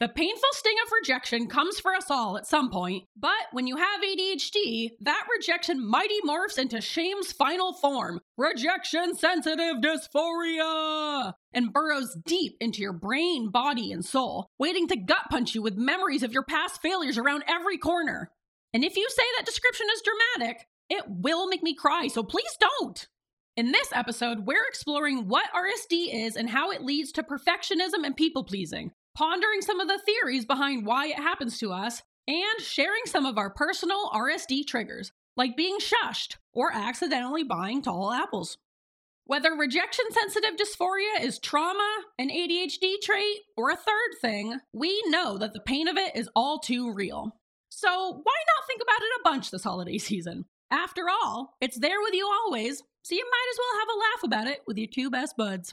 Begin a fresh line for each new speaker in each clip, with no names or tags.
The painful sting of rejection comes for us all at some point, but when you have ADHD, that rejection mighty morphs into shame's final form rejection sensitive dysphoria and burrows deep into your brain, body, and soul, waiting to gut punch you with memories of your past failures around every corner. And if you say that description is dramatic, it will make me cry, so please don't. In this episode, we're exploring what RSD is and how it leads to perfectionism and people pleasing, pondering some of the theories behind why it happens to us, and sharing some of our personal RSD triggers, like being shushed or accidentally buying tall apples. Whether rejection sensitive dysphoria is trauma, an ADHD trait, or a third thing, we know that the pain of it is all too real. So why not think about it a bunch this holiday season? After all, it's there with you always, so you might as well have a laugh about it with your two best buds.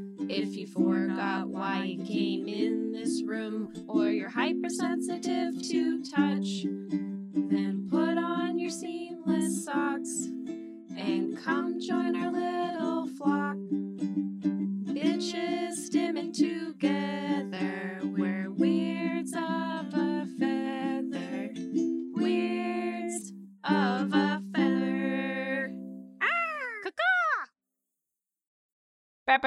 if you forgot why you came in this room or you're hypersensitive to touch, then put on your seamless socks and come join our little flock. Bitches stimming together, we're weirds of a feather. Weirds of a feather.
Whoa.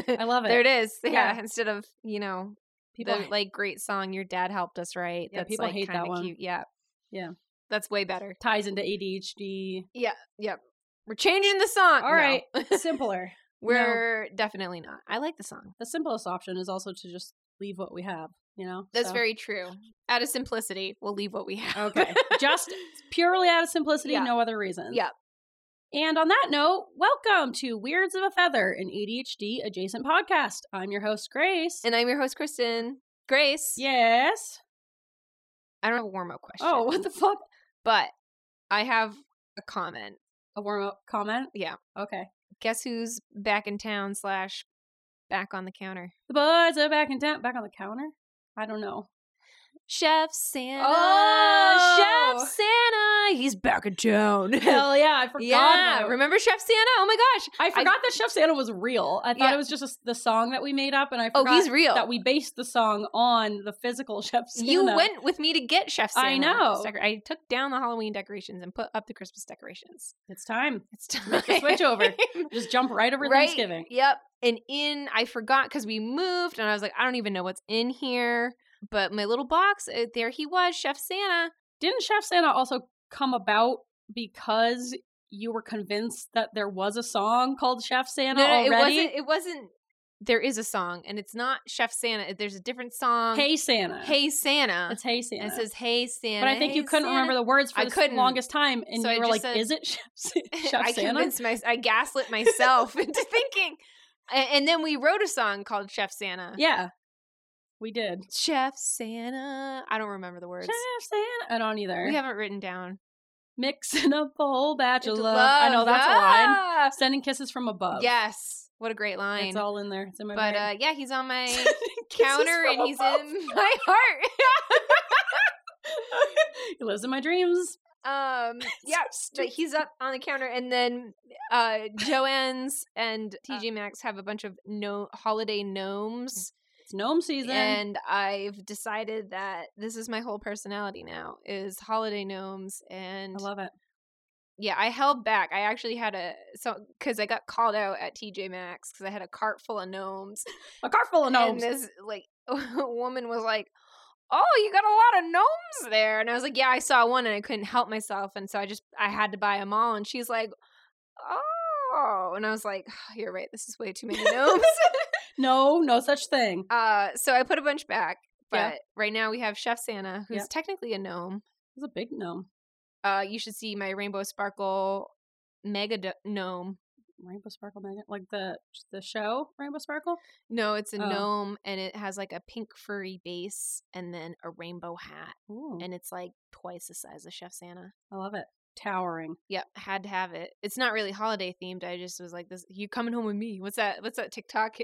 I love it.
there it is. Yeah.
Yeah.
Instead of, you know,
People,
the like great song Your Dad Helped Us, right?
Yeah, people
like
hate that
kinda
one.
Yeah.
Yeah.
That's way better.
ties into ADHD.
We're changing the song.
All right, simpler.
We're definitely not. I like the song.
The simplest option is also to just leave what we have. You know,
That's
So-
very true. Out of simplicity, we'll leave what we have.
okay. just purely out of simplicity,
Yeah.
no other reason.
Yeah.
And on that note, welcome to Weirds of a Feather, an ADHD adjacent podcast. I'm your host, Grace.
And I'm your host, Kristen. Grace.
yes.
I don't have a warm up question.
Oh, what the fuck?
But I have a comment.
A warm up comment.
Yeah.
Okay.
Guess who's back in town slash back on the counter?
The boys are back in town. Back on the counter. I don't know.
Chef Santa.
Oh, Chef
Santa. He's back in town.
Hell yeah! I forgot.
yeah.
that-
Remember Chef Santa? Oh my gosh.
I forgot that Chef Santa was real. I thought
Yeah.
it was just a s the song that we made up, and I
Oh,
forgot
he's real.
that we based the song on the physical Chef Santa.
you went with me to get Chef Santa.
I know.
decor- I took down the Halloween decorations and put up the Christmas decorations.
It's time.
It's time.
a switch over. Just jump right over
Right.
Thanksgiving.
Yep. And in, I forgot because we moved and I was like, I don't even know what's in here. But my little box, uh, there he was, Chef Santa.
Didn't Chef Santa also come about because you were convinced that there was a song called Chef Santa
it
already?
wasn't. It wasn't. There is a song, and it's not Chef Santa. There's a different song.
hey Santa.
um, Hey Santa.
It's Hey Santa.
And it says Hey Santa.
but I think you couldn't remember the words for
I
the s-
couldn't.
longest time, and
So
you
I
were
just
like,
said-
"Is it Chef, Chef
I
Santa?"
convinced my. I gaslit myself into thinking. A- And then we wrote a song called Chef Santa.
Yeah, we did.
Chef Santa. I don't remember the words.
Chef Santa. I don't either.
We haven't written down.
Mixing up a whole batch of
It's
love. I know that's a line.
love.
Sending kisses from above.
ah! Yes. What a great line.
It's all in there. It's in my
but
brain.
uh, yeah, he's on my
Kisses
counter
from
and he's
above.
in my heart.
he lives in my dreams.
Um, yeah, but he's up on the counter, and then uh, Joanne's and
Uh
TJ Maxx have a bunch of no holiday gnomes,
It's gnome season.
and I've decided that this is my whole personality now is holiday gnomes, and
I love it.
yeah, I held back. I actually had a so because I got called out at TJ Maxx because I had a cart full of gnomes,
A car full of
and
gnomes.
this like woman was like. Oh, you got a lot of gnomes there. And I was like, Yeah, I saw one and I couldn't help myself. And so I just, I had to buy them all. And she's like, Oh. And I was like, You're right. This is way too many gnomes.
no, no such thing.
uh, so I put a bunch back. But
Yeah.
right now we have Chef Santa, who's
Yeah.
technically a gnome.
It's a big gnome.
Uh, you should see my Rainbow Sparkle Mega do- Gnome
Rainbow Sparkle magnet, like the the show Rainbow Sparkle.
No, it's a
Oh.
gnome and it has like a pink furry base and then a rainbow hat.
Ooh,
And it's like twice the size of Chef Santa.
I love it. Towering.
Yep, had to have it. It's not really holiday themed. I just was like, "This, you coming home with me? What's that? What's that TikTok?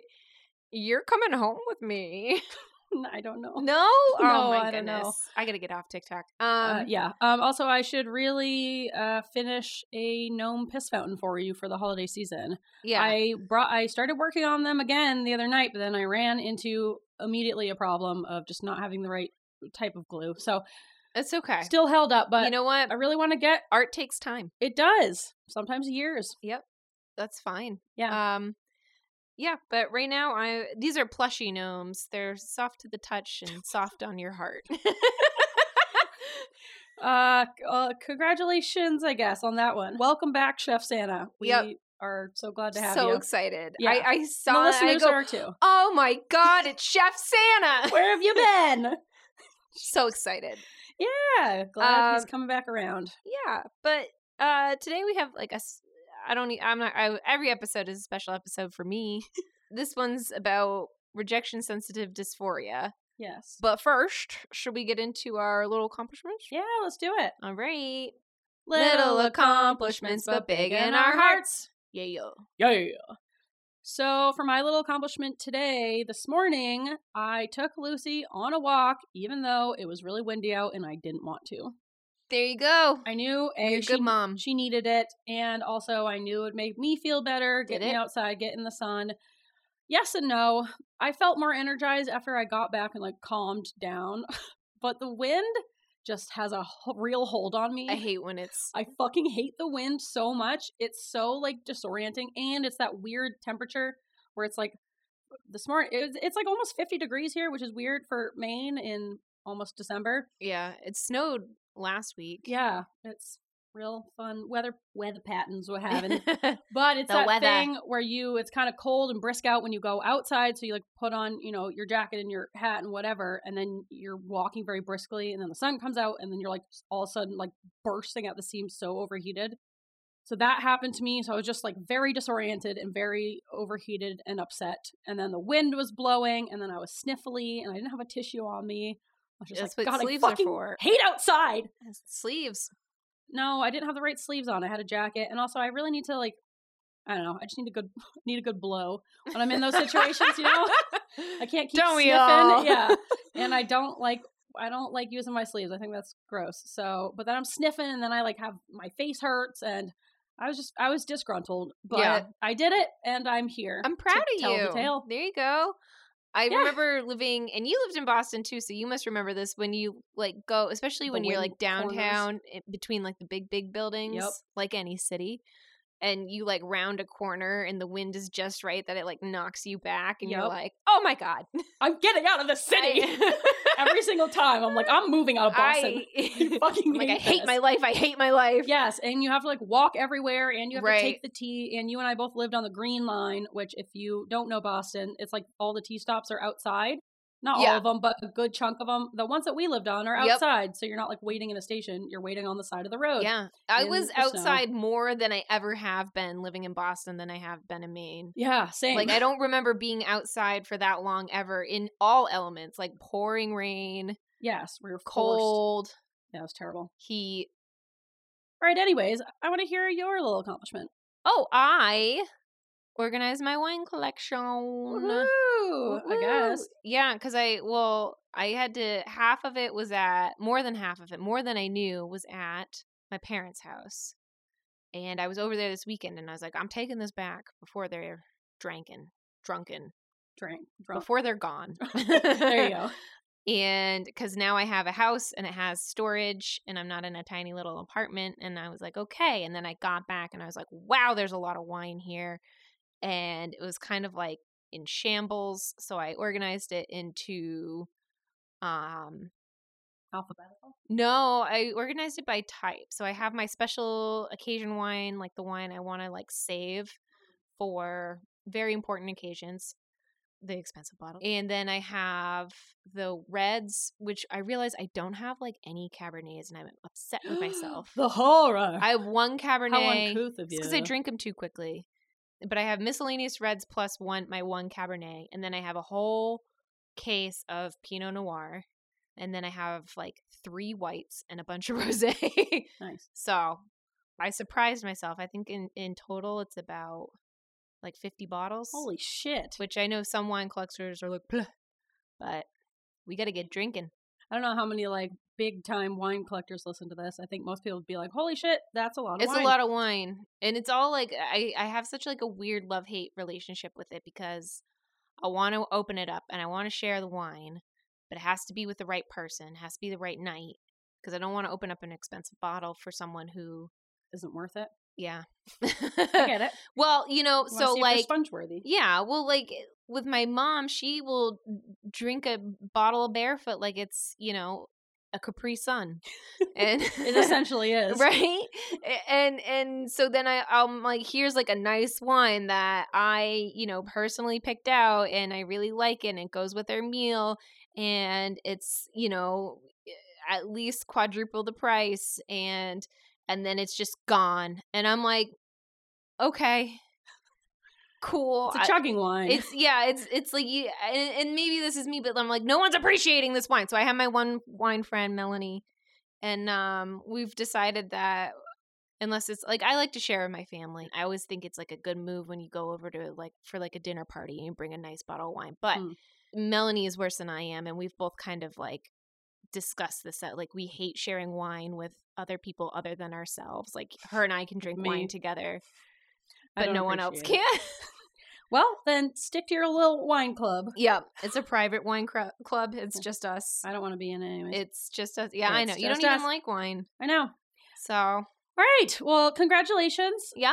You're coming home with me?
I don't know.
No, oh
No,
my
I don't know.
goodness, I gotta get off TikTok. Um,
Uh, yeah. Um, also, I should really uh, finish a gnome piss fountain for you for the holiday season.
yeah,
I brought. I started working on them again the other night, but then I ran into immediately a problem of just not having the right type of glue. So
it's okay.
still held up, but
you know what?
I really want to get.
Art takes time.
It does sometimes years.
That's fine.
Yeah.
Um, yeah, but right now I these are plushy gnomes. They're soft to the touch and soft on your heart.
Uh, c- uh, congratulations, I guess, on that one. Welcome back, Chef Santa. We
Yep.
are so glad to have
so
you.
excited.
Yeah.
I, I
The
saw it. I
listeners
go,
are too.
"Oh my god, it's Chef Santa."
Where have you been?
so excited.
Yeah, glad he's
Um,
coming back around.
Yeah, but uh today we have like a s- I don't e- I'm not I, every episode is a special episode for me. this one's about rejection sensitive dysphoria.
Yes.
But first, should we get into our little accomplishments?
yeah, let's do it.
All right. Little accomplishments, but big in our hearts. Yeah, yo.
Yeah. So, for my little accomplishment today, this morning, I took Lucy on a walk, even though it was really windy out and I didn't want to.
There you go.
I knew A,
Oh, You're a
she,
good mom.
she needed it, and also I knew it would make me feel better, get
Did
me
it?
outside, get in the sun. Yes and no. I felt more energized after I got back and like calmed down, but the wind just has a h- real hold on me.
I hate when it's
I fucking hate the wind so much. It's so like disorienting, and it's that weird temperature where it's like this morning. It's, it's like almost fifty degrees here, which is weird for Maine in almost December.
yeah, it snowed last week.
Yeah, it's real fun weather weather patterns we're having. But it's
The
that
weather.
thing where you it's kind of cold and brisk out when you go outside, so you like put on you know your jacket and your hat and whatever, and then you're walking very briskly, and then the sun comes out, and then you're like all of a sudden like bursting at the seams, so overheated. So that happened to me. So I was just like very disoriented and very overheated and upset. And then the wind was blowing, and then I was sniffly, and I didn't have a tissue on me. I was just
That's
like,
what
God, I
sleeves are
fucking
for.
hate outside
Sleeves.
no, I didn't have the right sleeves on. I had a jacket, and also I really need to like, I don't know. I just need a good need a good blow when I'm in those situations. You know, I can't keep
Don't we
sniffing.
all?
Yeah, and I don't like I don't like using my sleeves. I think that's gross. So, but then I'm sniffing, and then I like have my face hurts, and I was just I was disgruntled, but
Yeah.
I did it, and I'm here.
I'm
to
proud of
tell
you.
The tale.
There you go. I
Yeah.
remember living, and you lived in Boston too, so you must remember this when you like go, especially
The
when you're
wind
like downtown i- between like the big, big buildings, like any city, and you like round a corner and the wind is just right that it like knocks you back, and you're
Yep.
like, oh my God.
I'm getting out of the city
I-
every single time. I'm like I'm moving out of Boston.
I,
fucking
I'm like, I
hate
hate
this.
my life. I hate my life.
Yes, and you have to like walk everywhere, and you have to
Right.
take the T. And you and I both lived on the Green Line, which, if you don't know Boston, it's like all the T stops are outside. Not all
Yeah.
of them, but a good chunk of them. The ones that we lived on are
Yep.
outside, so you're not like waiting in a station. You're waiting on the side of the road.
Yeah. I
in
was
the snow.
outside more than I ever have been living in Boston than I have been in Maine.
yeah, same.
Like I don't remember being outside for that long ever in all elements, like pouring rain,
yes, we were cold.
cold,
That was terrible.
heat.
All right. Anyways, I want to hear your little accomplishment.
Oh, I organized my wine collection.
Woohoo! I guess.
Woo-hoo. Yeah, cuz I well, I had to half of it was at more than half of it, more than I knew was at my parents' house. And I was over there this weekend and I was like, I'm taking this back before they're drinking, drunken,
Drink. Drunk.
before they're gone.
there you go.
and because now I have a house and it has storage, and I'm not in a tiny little apartment. And I was like, okay. And then I got back and I was like, wow, there's a lot of wine here. And it was kind of like in shambles. So I organized it into, um,
Alphabetical.
no, I organized it by type. So I have my special occasion wine, like the wine I want to like save for very important occasions, the expensive bottle. And then I have the reds, which I realize I don't have like any cabernets and I'm upset with myself.
the horror.
I have one
How
cabernet
uncouth of you.
because I drink them too quickly. but I have miscellaneous reds plus one my one Cabernet, and then I have a whole case of Pinot Noir, and then I have like three whites and a bunch of rosé.
Nice.
so I surprised myself. I think in in total it's about like fifty bottles,
Holy shit.
which I know some wine collectors are like, "Bleh," but we got to get drinking.
I don't know how many like big time wine collectors listen to this. I think most people would be like, "Holy shit, that's a lot of
it's
wine."
a lot of wine and it's all like i i have such like a weird love hate relationship with it because i want to open it up and i want to share the wine but it has to be with the right person has to be the right night because i don't want to open up an expensive bottle for someone who
Isn't worth it.
yeah
I get it.
well you know
You wanna
so
see if you're
like
sponge worthy.
yeah well like eh, with my mom she will drink a bottle of barefoot like it's you know a capri sun and
It essentially is.
right A- and and so then i i'm like here's like a nice wine that i you know personally picked out and i really like it and it goes with our meal and it's you know e, at least quadruple the price and and then it's just gone and i'm like okay cool
It's a
I-
chugging wine.
it's yeah it's it's like you and, and maybe this is me but i'm like no one's appreciating this wine so i have my one wine friend melanie and um we've decided that unless it's like i like to share with my family i always think it's like a good move when you go over to like for like a dinner party and you bring a nice bottle of wine but
Mm.
melanie is worse than i am and we've both kind of like discussed this that like we hate sharing wine with other people other than ourselves like her and i can drink
Me.
wine together
I
but
don't
no one else
appreciate
can
it. Well, then stick to your little wine club.
Yeah, it's a private wine cru- club. It's just us.
I don't want to be in it anyway.
It's just us. Yeah, I
It's
know. You don't
just us.
even like wine.
I know.
So,
All right. Well, congratulations.
yeah.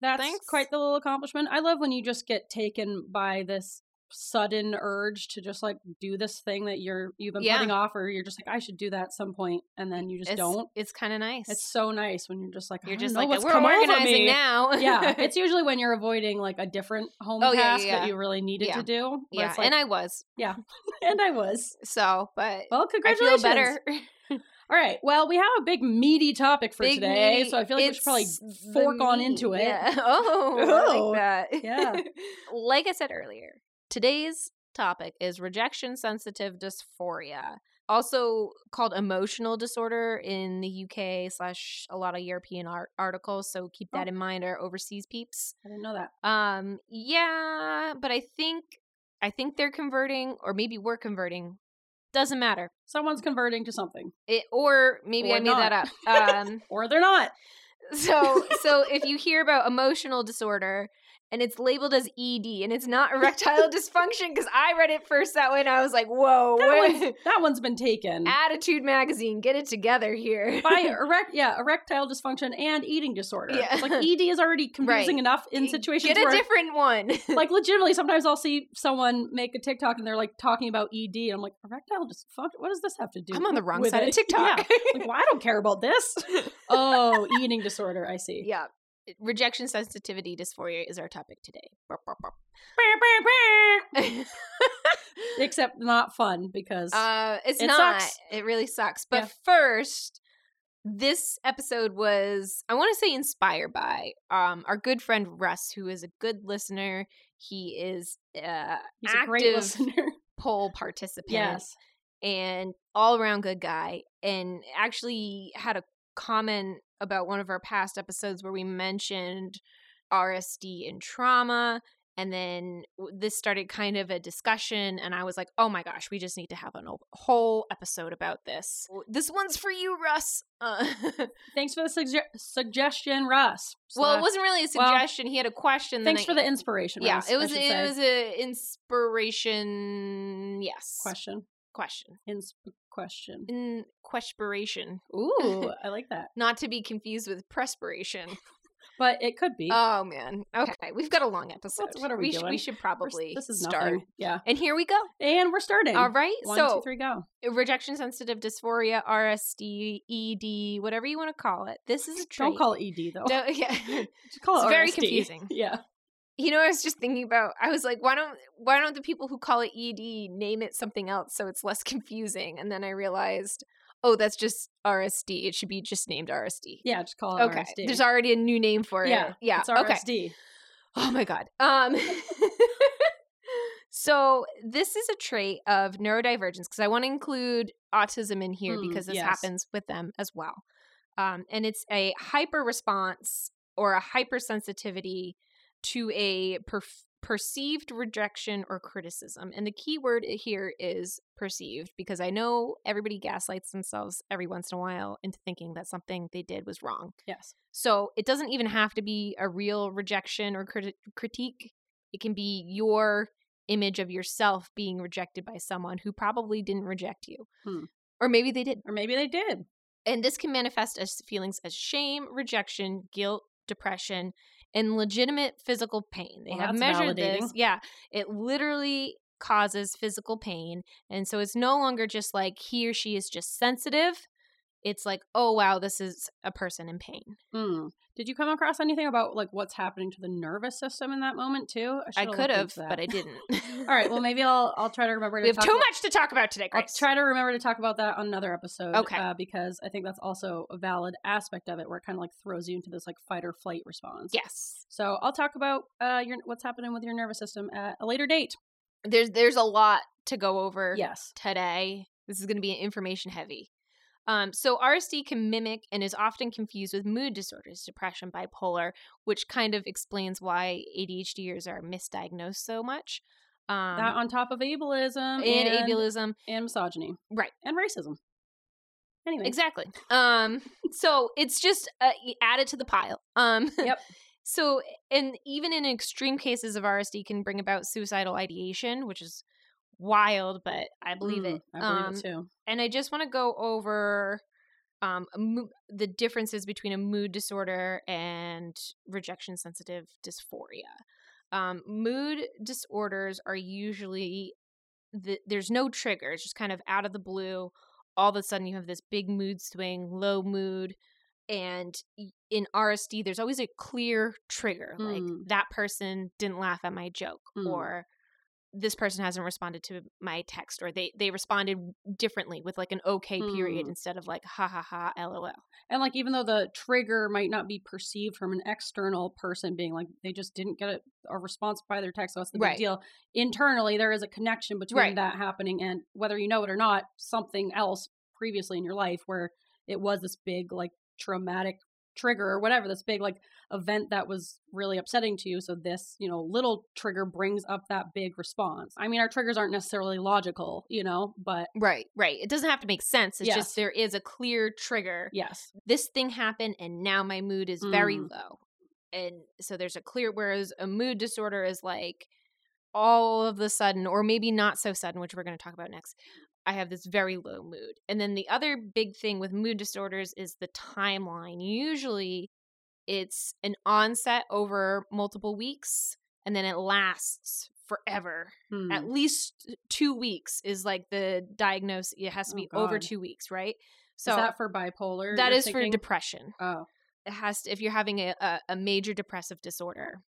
That's
Thanks.
quite the little accomplishment. I love when you just get taken by this sudden urge to just like do this thing that you're you've been
Yeah.
putting off or you're just like I should do that at some point and then you just
it's,
don't.
It's kind of nice.
It's so nice when you're just like
You're
I
just
don't know
like,
what's
we're
come over
organizing
me."
now.
yeah, it's usually when you're avoiding like a different home
Oh, yeah, yeah,
task
yeah.
that you really needed
Yeah.
to do.
yeah. and I was.
I and I was.
So, but
Well,
I feel
congratulations.
better.
All right. Well, we have a big meaty topic for
Big
today,
meaty-
so I feel like we should probably
it's the
fork on into
meat.
it.
Yeah. Oh,
Oh,
I like that.
yeah.
like I said earlier, today's topic is rejection sensitive dysphoria, also called emotional disorder in the UK slash a lot of European ar- articles. So keep that
Oh.
in mind, our overseas peeps.
I didn't know that.
Um, yeah, but I think I think they're converting, or maybe we're converting. Doesn't matter.
Someone's converting to something,
It, or maybe
Or
I made that up. Um,
or they're not.
So so if you hear about emotional disorder and it's labeled as ED and it's not erectile dysfunction because I read it first that way and I was like, whoa,
That
wait-
one's, that one's been taken
Attitude Magazine, get it together here.
by erect, yeah, erectile dysfunction and eating disorder.
Yeah.
It's like ED is already confusing
Right. E
enough in situations
get a
where,
different one.
like, legitimately, sometimes I'll see someone make a TikTok and they're like talking about ED, and I'm like, erectile dysfunction. What does this have to do?
I'm on the wrong
with
side
it?
of TikTok.
Yeah. Like, well, I don't care about this. Oh, eating disorder. I see.
yeah. Rejection sensitivity dysphoria is our topic today. Burp, burp, burp.
Except not fun because
Uh, it's
It
not.
sucks.
It really sucks. But
Yeah.
first, this episode was I want to say inspired by um our good friend Russ, who is a good listener. He is uh,
he's a great
active
listener.
poll participant
yes.
and all around good guy, and actually had a comment about one of our past episodes where we mentioned RSD and trauma. And then w- this started kind of a discussion, and I was like, "Oh my gosh, we just need to have a whole episode about this. W- This one's for you, Russ." Uh,
Thanks for the sugge- suggestion, Russ.
well, it
Slash-
wasn't really a
well,
suggestion; he had a question.
Thanks
then
for
I-
the inspiration.
yeah.
Russ,
It
I
was
should
it
say.
was a inspiration. Yes,
question.
question,
Insp- question.
in questionation,
Ooh, I like that.
not to be confused with perspiration.
But it could be.
Oh man. Okay, we've got a long episode.
what are we
sh-
doing?
we should
We're s-
probably
this is
start.
nothing. Yeah,
And here we go.
and we're starting.
All right.
One,
so
two, three, go.
rejection sensitive dysphoria, RSD, ED, E whatever you want to call it. This is a trait.
Don't call it E ED though.
Don't- yeah.
Just call it
it's very
RSD.
confusing.
Yeah.
you know, I was just thinking about. I was like, why don't why don't the people who call it ED name it something else so it's less confusing? And then I realized, oh, that's just RSD. It should be just named RSD.
Yeah. Just call it
Okay.
RSD.
There's already a new name for
Yeah,
it. Yeah.
it's
okay.
RSD.
Oh my god. Um So this is a trait of neurodivergence because I want to include autism in here
Mm,
because this
yes.
happens with them as well. Um, and it's a hyper response or a hypersensitivity to a perf- perceived rejection or criticism. And the key word here is perceived because I know everybody gaslights themselves every once in a while into thinking that something they did was wrong.
Yes.
So it doesn't even have to be a real rejection or criti- critique. It can be your image of yourself being rejected by someone who probably didn't reject you.
Hmm.
Or maybe they did.
Or maybe they did.
And this can manifest as feelings as shame, rejection, guilt, depression, and legitimate physical pain. They
Well,
have
that's
measured
validating.
this. Yeah. It literally causes physical pain. And so it's no longer just like he or she is just sensitive. It's like, oh, wow, this is a person in pain.
Hmm. Did you come across anything about like what's happening to the nervous system in that moment too?
I
should've looked
could have,
into that.
but I didn't.
All right. Well, maybe I'll I'll try to remember.
we
to
have
talk
too
about-
much to talk about today,
I'll
Grace.
try to remember to talk about that on another episode.
Okay.
Uh, because I think that's also a valid aspect of it, where it kind of like throws you into this like fight or flight response.
Yes,
So I'll talk about uh, your what's happening with your nervous system at a later date.
there's there's a lot to go over
Yes.
today. This is going to be information heavy. Um, so RSD can mimic and is often confused with mood disorders, depression, bipolar, which kind of explains why ADHDers are misdiagnosed so much. Um,
that on top of ableism
and ableism,
and misogyny.
Right.
And racism. Anyway.
Exactly. Um, so it's just uh, y- add it to the pile. Um,
Yep.
So, and even in extreme cases of RSD can bring about suicidal ideation, which is wild, but I believe
Mm,
it.
I believe
Um,
it too.
And I just want to go over um, a mo- the differences between a mood disorder and rejection sensitive dysphoria. Um, mood disorders are usually the, there's no trigger, it's just kind of out of the blue. All of a sudden, you have this big mood swing, low mood. And y- in RSD, there's always a clear trigger
Mm.
like that person didn't laugh at my joke,
Mm.
or this person hasn't responded to my text, or they, they responded differently with like an okay period
Mm.
instead of like ha ha ha lol.
And like even though the trigger might not be perceived from an external person being like they just didn't get a, a response by their text, so that's the
Right.
big deal. Internally there is a connection between
Right.
that happening and whether you know it or not, something else previously in your life where it was this big like traumatic trigger or whatever, this big like event that was really upsetting to you. So this, you know, little trigger brings up that big response. I mean our triggers aren't necessarily logical, you know, but
Right, right. It doesn't have to make sense. It's
Yes.
just there is a clear trigger.
yes.
This thing happened, and now my mood is very
Mm.
low. And so there's a clear, whereas a mood disorder is like all of the sudden, or maybe not so sudden, which we're going to talk about next. I have this very low mood. And then the other big thing with mood disorders is the timeline. Usually it's an onset over multiple weeks, and then it lasts forever
Hmm.
at least two weeks is like the diagnosis. It has to
Oh,
be over
God.
two weeks, right? So
is that for bipolar?
that
you're
is for
thinking?
depression.
Oh,
It has to, if you're having a, a, a major depressive disorder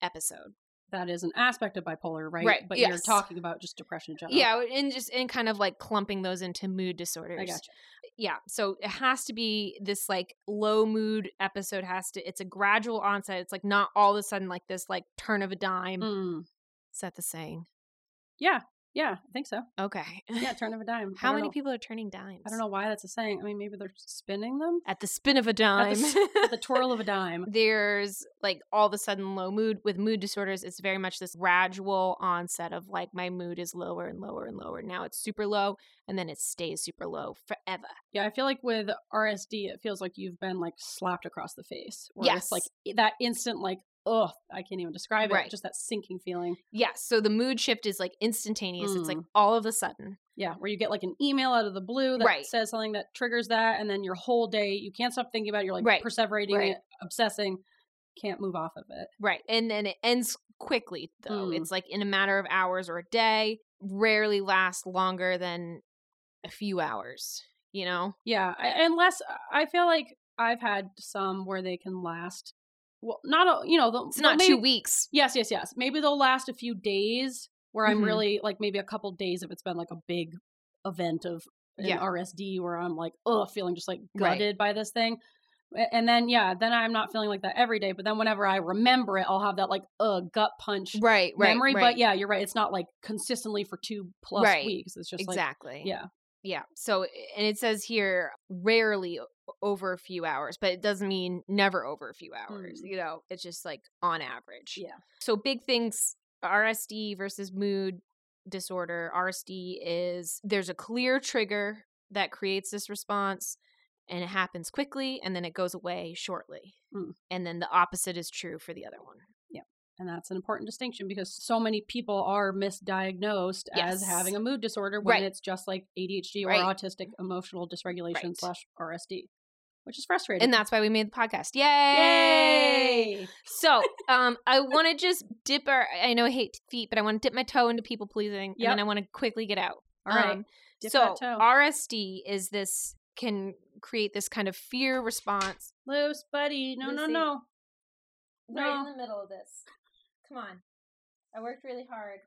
episode.
that is an aspect of bipolar, right?
Right,
But you're
yes.
talking about just depression in general.
Yeah, and just and kind of like clumping those into mood disorders.
Uh-huh. I gotcha.
Yeah, so it has to be this like low mood episode has to. It's a gradual onset. It's like not all of a sudden like this like turn of a dime.
Mm.
Is that the saying?
Yeah, I think so.
Okay.
Yeah, turn of a dime. I
How
don't
many
know-
people are turning dimes?
I don't know why that's a saying. I mean, maybe they're spinning them.
At the spin of a dime.
s- The twirl of a dime.
there's like all of a sudden low mood with mood disorders it's very much this gradual onset of like my mood is lower and lower and lower now it's super low and then it stays super low forever
Yeah, I feel like with RSD, it feels like you've been like slapped across the face. Where It's like i- that instant, like, ugh, I can't even describe it.
Right.
Just that sinking feeling.
yes so the mood shift is like instantaneous it's like
Mm.
all of a sudden
Yeah, where you get like an email out of the blue that
Right.
says something that triggers that, and then your whole day you can't stop thinking about it. You're like
Right,
perseverating,
right.
it, obsessing, can't move off of it.
right and then it ends quickly though
Mm.
it's like in a matter of hours or a day rarely lasts longer than a few hours you know
Yeah, I- unless uh, I feel like I've had some where they can last. Well, not a, you know, they'll-
it's
they'll
not
maybe-
two weeks
Yes, yes, yes. Maybe they'll last a few days where I'm
Mhm.
really like maybe a couple days if it's been like a big event of an
Yeah.
RSD where I'm like, oh, feeling just like
Right.
gutted by this thing. A- And then yeah, then I'm not feeling like that every day. But then whenever I remember it, I'll have that like uh gut punch
Right, right,
memory.
right.
But yeah, you're right. It's not like consistently for two plus
Right.
weeks. It's just like
exactly.
yeah.
Yeah. So, and it says here rarely o- over a few hours, but it doesn't mean never over a few hours.
Mm.
You know, it's just like on average.
Yeah.
So, big things RSD versus mood disorder. RSD is there's a clear trigger that creates this response and it happens quickly and then it goes away shortly.
Mm.
And then the opposite is true for the other one.
And that's an important distinction because so many people are misdiagnosed as
Yes.
having a mood disorder when
Right.
it's just like ADHD or
Right.
autistic emotional dysregulation
Right.
slash RSD, which is frustrating.
And that's why we made the podcast.
Yay!
So, um, I want to just dip our. I know I hate feet, but I want to dip my toe into people pleasing, and
Yep.
then I want to quickly get out.
All right.
Um,
Dip
so
that toe.
RSD is this can create this kind of fear response.
Loose, buddy. No, no,
Lucy.
no. No.
the middle of this. Come on, I worked really hard.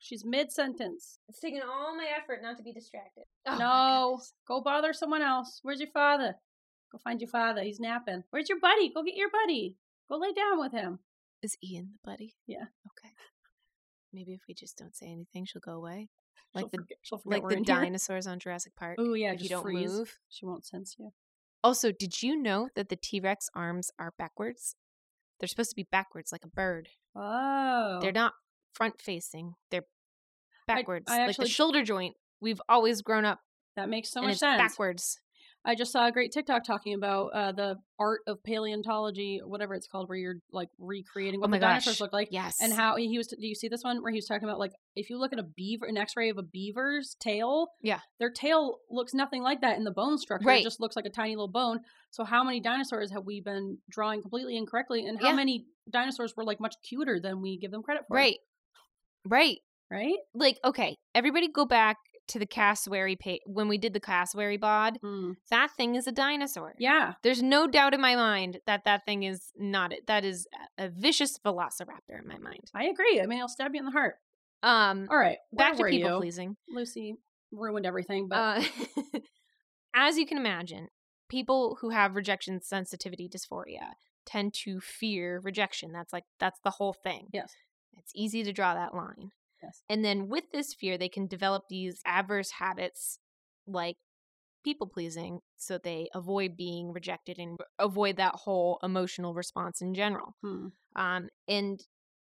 She's mid sentence.
It's taken all my effort not to be distracted.
Oh
no. Go bother someone else. Where's your father? Go find your father. He's napping. Where's your buddy? Go get your buddy. Go lay down with him.
Is Ian the buddy?
Yeah.
Okay. Maybe if we just don't say anything, she'll go away.
She'll
Like the
forget- she'll forget
like
we're
the
in here.
dinosaurs on Jurassic Park.
Ooh, yeah,
if you
just
don't
freeze.
move.
She won't sense you.
Also, did you know that the T Rex arms are backwards? They're supposed to be backwards, like a bird.
Oh.
They're not front facing. They're backwards,
I
like the
actually-
shoulder joint. We've always grown up
that makes so
and
much
it's
sense.
backwards.
I just saw a great TikTok talking about uh, the art of paleontology, whatever it's called, where you're like recreating what
Oh my
the dinosaurs
gosh.
look like.
Yes.
And how he was, do you see this one where he was talking about like if you look at a beaver, an X-ray of a beaver's tail,
Yeah.
their tail looks nothing like that in the bone structure.
Right.
It just looks like a tiny little bone. So how many dinosaurs have we been drawing completely incorrectly, and how
Yeah.
many dinosaurs were like much cuter than we give them credit for?
right, right.
right.
Like okay, everybody go back to the cassowary pa- when we did the cassowary bod.
Mm.
That thing is a dinosaur.
Yeah,
There's no doubt in my mind that that thing is not it. That is a- a vicious velociraptor in my mind.
I agree. I mean, it'll stab you in the heart.
Um,
All right, where
back to
were
people
you?
pleasing.
Lucy ruined everything, but
Uh, as you can imagine, people who have rejection sensitivity dysphoria tend to fear rejection. That's like that's the whole thing.
Yes.
It's easy to draw that line.
Yes.
And then with this fear, they can develop these adverse habits like people pleasing so they avoid being rejected and avoid that whole emotional response in general.
hmm,
Um and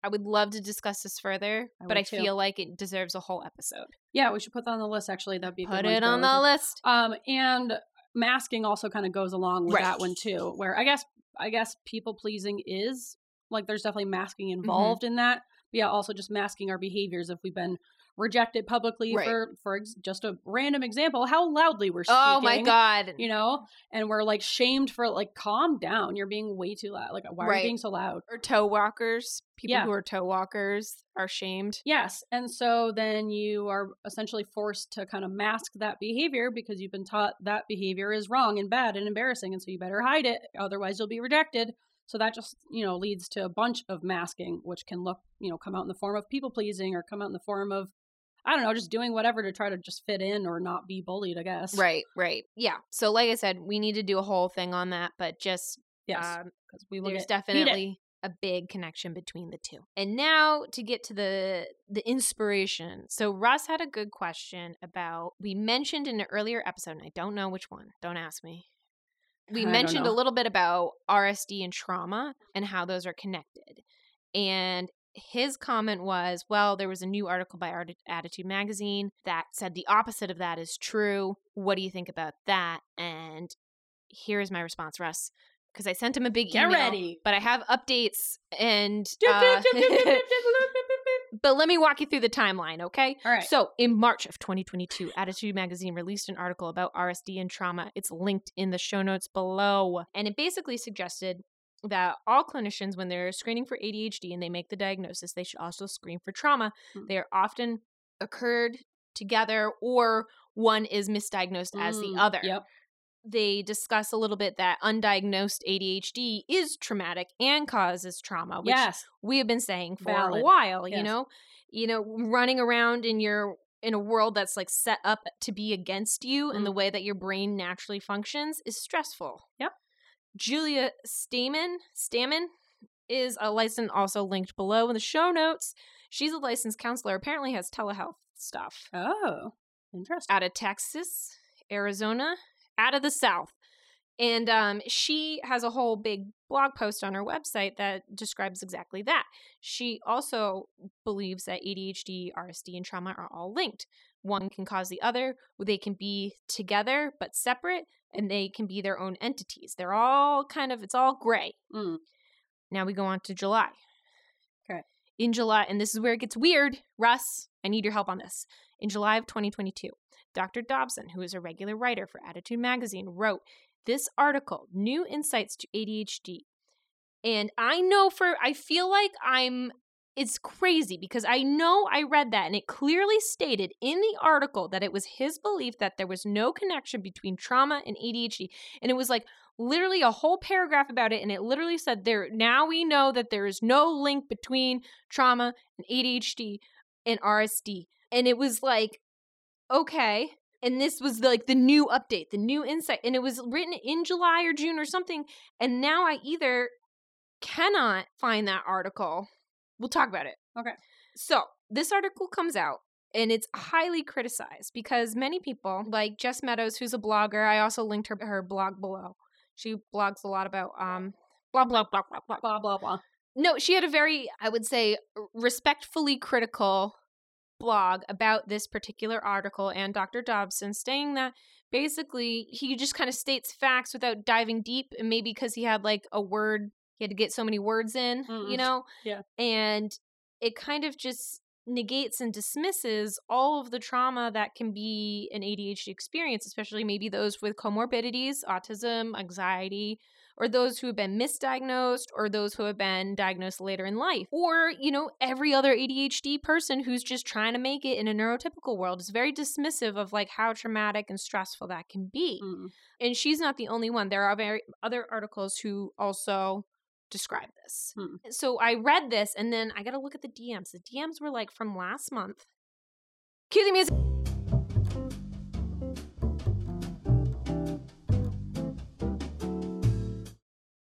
I would love to discuss this further,
I
but
would
I
too.
feel like it deserves a whole episode.
yeah, we should put that on the list. Actually, that'd be a
Put
good one to
it
go
on
over.
the list.
Um, and masking also kind of goes along with
Right.
that one too, where I guess I guess people pleasing is like there's definitely masking
Mm-hmm.
involved in that. But yeah, also just masking our behaviors if we've been rejected publicly
Right.
for for ex- just a random example, how loudly we're speaking.
Oh my god.
You know, and we're like shamed for like calm down. You're being way too loud. Like why are
Right.
you being so loud?
or toe walkers. People
Yeah.
who are toe walkers are shamed.
Yes. And so then you are essentially forced to kind of mask that behavior because you've been taught that behavior is wrong and bad and embarrassing. And so you better hide it. Otherwise, you'll be rejected. So that just, you know, leads to a bunch of masking, which can look, you know, come out in the form of people pleasing or come out in the form of, I don't know, just doing whatever to try to just fit in or not be bullied, I guess.
Right, right. Yeah. So like I said, we need to do a whole thing on that, but just
Yes.
um,
Because we will
there's
get
definitely a big connection between the two. And now to get to the the inspiration. So Russ had a good question about we mentioned in an earlier episode, and I don't know which one. Don't ask me.
I
We
don't
mentioned a
know.
little bit about RSD and trauma and how those are connected. And his comment was, well, there was a new article by Art- Attitude Magazine that said the opposite of that is true. What do you think about that? And here is my response, Russ, because I sent him a big
Get
email,
ready.
but I have updates and. uh, but let me walk you through the timeline, okay?
All right.
So, in March of 2022, Attitude Magazine released an article about RSD and trauma. It's linked in the show notes below. And it basically suggested that all clinicians, when they're screening for ADHD and they make the diagnosis, they should also screen for trauma.
Hmm.
They are often occurred together, or one is misdiagnosed as the
Mm,
other
Yep.
they discuss a little bit that undiagnosed ADHD is traumatic and causes trauma, which
Yes.
we have been saying for a
Valid.
while, you
Yes.
know. You know, running around in your in a world that's like set up to be against you and the way that your brain naturally functions is stressful.
Mm-hmm. Yep.
Julia Stamen, Stamen is a license also linked below in the show notes. She's a licensed counselor, apparently has telehealth stuff
Oh, interesting.
out of Texas, Arizona, out of the South. And um, she has a whole big blog post on her website that describes exactly that. She also believes that ADHD, RSD, and trauma are all linked. One can cause the other, they can be together but separate, and they can be their own entities. They're all kind of, it's all gray.
Mm.
Now we go on to July.
Okay.
In July, and this is where it gets weird. Russ, I need your help on this. In July of 2022, Dr. Dobson, who is a regular writer for Attitude Magazine, wrote this article, New Insights to ADHD. And I know for, I feel like I'm, it's crazy because I know I read that and it clearly stated in the article that it was his belief that there was no connection between trauma and ADHD. And it was like, literally a whole paragraph about it and it literally said there now we know that there is no link between trauma and ADHD and RSD and it was like okay and this was like the new update the new insight and it was written in July or June or something and now I either cannot find that article we'll talk about it
Okay.
so this article comes out and it's highly criticized because many people like Jess Meadows who's a blogger I also linked her her blog below she blogs a lot about um blah blah blah blah blah.
Blah blah blah.
No, she had a very I would say r- respectfully critical blog about this particular article and Dr. Dobson saying that basically he just kind of states facts without diving deep and maybe because he had like a word he had to get so many words in,
Mm.
you know.
Yeah.
And it kind of just negates and dismisses all of the trauma that can be an ADHD experience, especially maybe those with comorbidities, autism, anxiety, or those who have been misdiagnosed, or those who have been diagnosed later in life, or, you know, every other ADHD person who's just trying to make it in a neurotypical world is very dismissive of like how traumatic and stressful that can be.
Mm.
And she's not the only one. There are very other articles who also describe this.
Hmm.
So I read this and then I got to look at the DMs. The DMs were like from last month. Cue the music.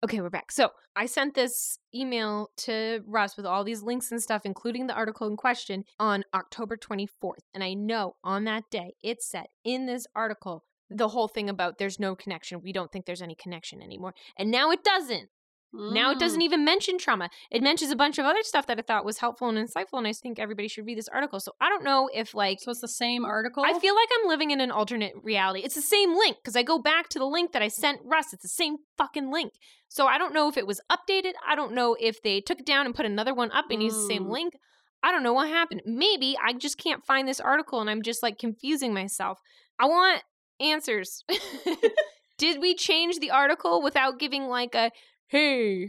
Okay, we're back. So I sent this email to Russ with all these links and stuff, including the article in question, on October 24th. And I know on that day it said in this article the whole thing about there's no connection. We don't think there's any connection anymore. And now it doesn't. Now it doesn't even mention trauma. It mentions a bunch of other stuff that I thought was helpful and insightful. And I think everybody should read this article. So I don't know if, like,
So it's the same article.
I feel like I'm living in an alternate reality. It's the same link because I go back to the link that I sent Russ. It's the same fucking link. So I don't know if it was updated. I don't know if they took it down and put another one up and used the same
Mm.
link. I don't know what happened. Maybe I just can't find this article and I'm just like confusing myself. I want answers. Did we change the article without giving like a hey,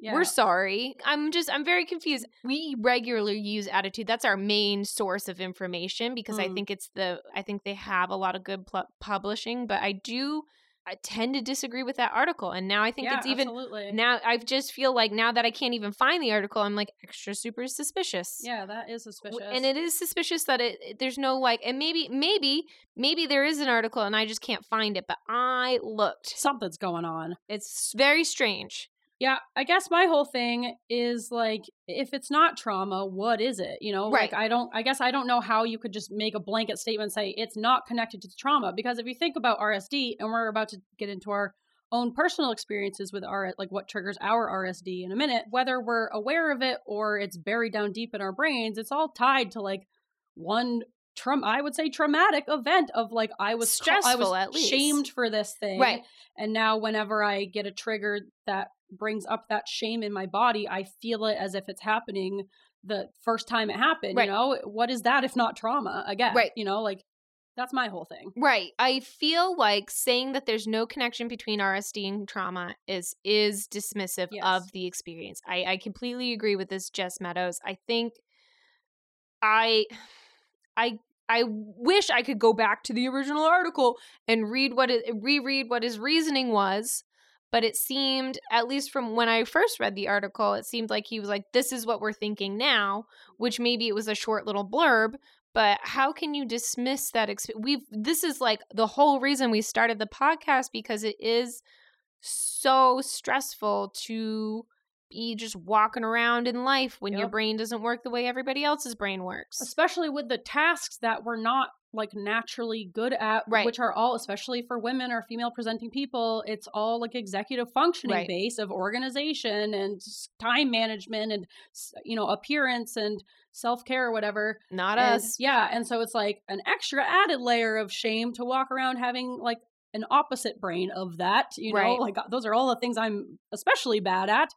yeah. Mm.
we're sorry. I'm just, I'm very confused. We regularly use Attitude. That's our main source of information because I
Mm.
think it's the, I think they have a lot of good pl- publishing, but I do I tend to disagree with that article. And now I think
Yeah,
it's even,
absolutely.
now I just feel like now that I can't even find the article, I'm like extra super suspicious.
yeah, that is
W-
suspicious.
And it is suspicious that it, it- there's no like, and maybe, maybe, maybe there is an article and I just can't find it, but I looked.
something's going on.
It's very strange.
Yeah, I guess my whole thing is like, if it's not trauma, what is it? You know,
Right.
like I don't, I guess I don't know how you could just make a blanket statement and say it's not connected to trauma because if you think about RSD, and we're about to get into our own personal experiences with our like what triggers our RSD in a minute, whether we're aware of it or it's buried down deep in our brains, it's all tied to like one. Traum- I would say traumatic event of like I was ca- I
Stressful,
was
at least.
shamed for this thing,
Right.
and now, whenever I get a trigger that brings up that shame in my body, I feel it as if it's happening the first time it happened.
Right.
You know, what is that if not trauma? Again,
Right.
You know, like that's my whole thing.
Right. I feel like saying that there's no connection between RSD and trauma is is dismissive
Yes.
of the experience. I, I completely agree with this, Jess Meadows. I think I I I wish I could go back to the original article and read what it, reread what his reasoning was, but it seemed at least from when I first read the article, it seemed like he was like this is what we're thinking now, which maybe it was a short little blurb, but how can you dismiss that exp- we've this is like the whole reason we started the podcast because it is so stressful to be just walking around in life when your
Yep.
brain doesn't work the way everybody else's brain works.
especially with the tasks that we're not like naturally good at
Right.
which are all especially for women or female presenting people it's all like executive functioning
Right.
base of organization and s- time management and s- you know appearance and self-care or whatever
Not
And-
us.
yeah and so it's like an extra added layer of shame to walk around having like an opposite brain of that you know
Right.
like uh, those are all the things i'm especially bad at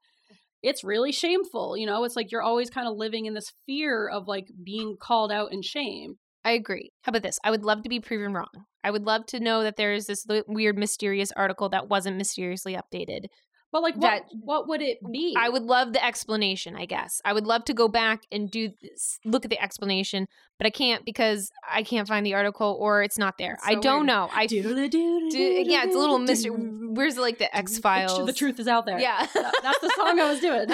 it's really shameful you know it's like you're always kind of living in this fear of like being called out and shamed
I agree. How about this? I would love to be proven wrong. I would love to know that there is this li- weird, mysterious article that wasn't mysteriously updated.
but like what,
That-
what would it be
I would love the explanation, I guess. I would love to go back and do this, look at the explanation, but I can't because I can't find the article or it's not there.
That's
I
so
don't
weird.
know. I do, yeah, it's a little mystery.
mystery.
Where's like the X Files?
the truth is out there
Yeah.
That- that's the song i was doing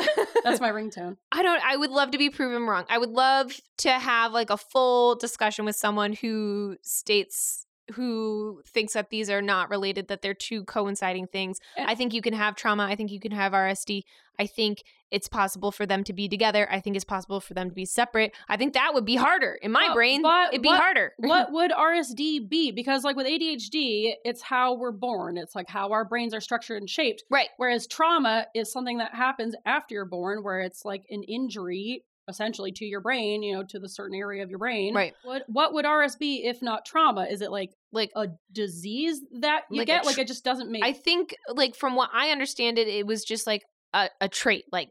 that's my ringtone
I don't I would love to be proven wrong. I would love to have like a full discussion with someone who states who thinks that these are not related that they're two coinciding things.
And-
I think you can have trauma, I think you can have RSD. I think it's possible for them to be together. I think it's possible for them to be separate. I think that would be harder in my
But-
brain.
but
it'd be
what-
harder.
what would RSD be? Because like with ADHD, it's how we're born. It's like how our brains are structured and shaped.
Right.
Whereas trauma is something that happens after you're born, where it's like an injury essentially to your brain, you know, to the certain area of your brain.
Right.
What what would RS be if not trauma? Is it like
Like-
a disease that you
Like a
get?
tr-
like it just doesn't make
I think, like from what I understand it, it was just like a, a trait. Like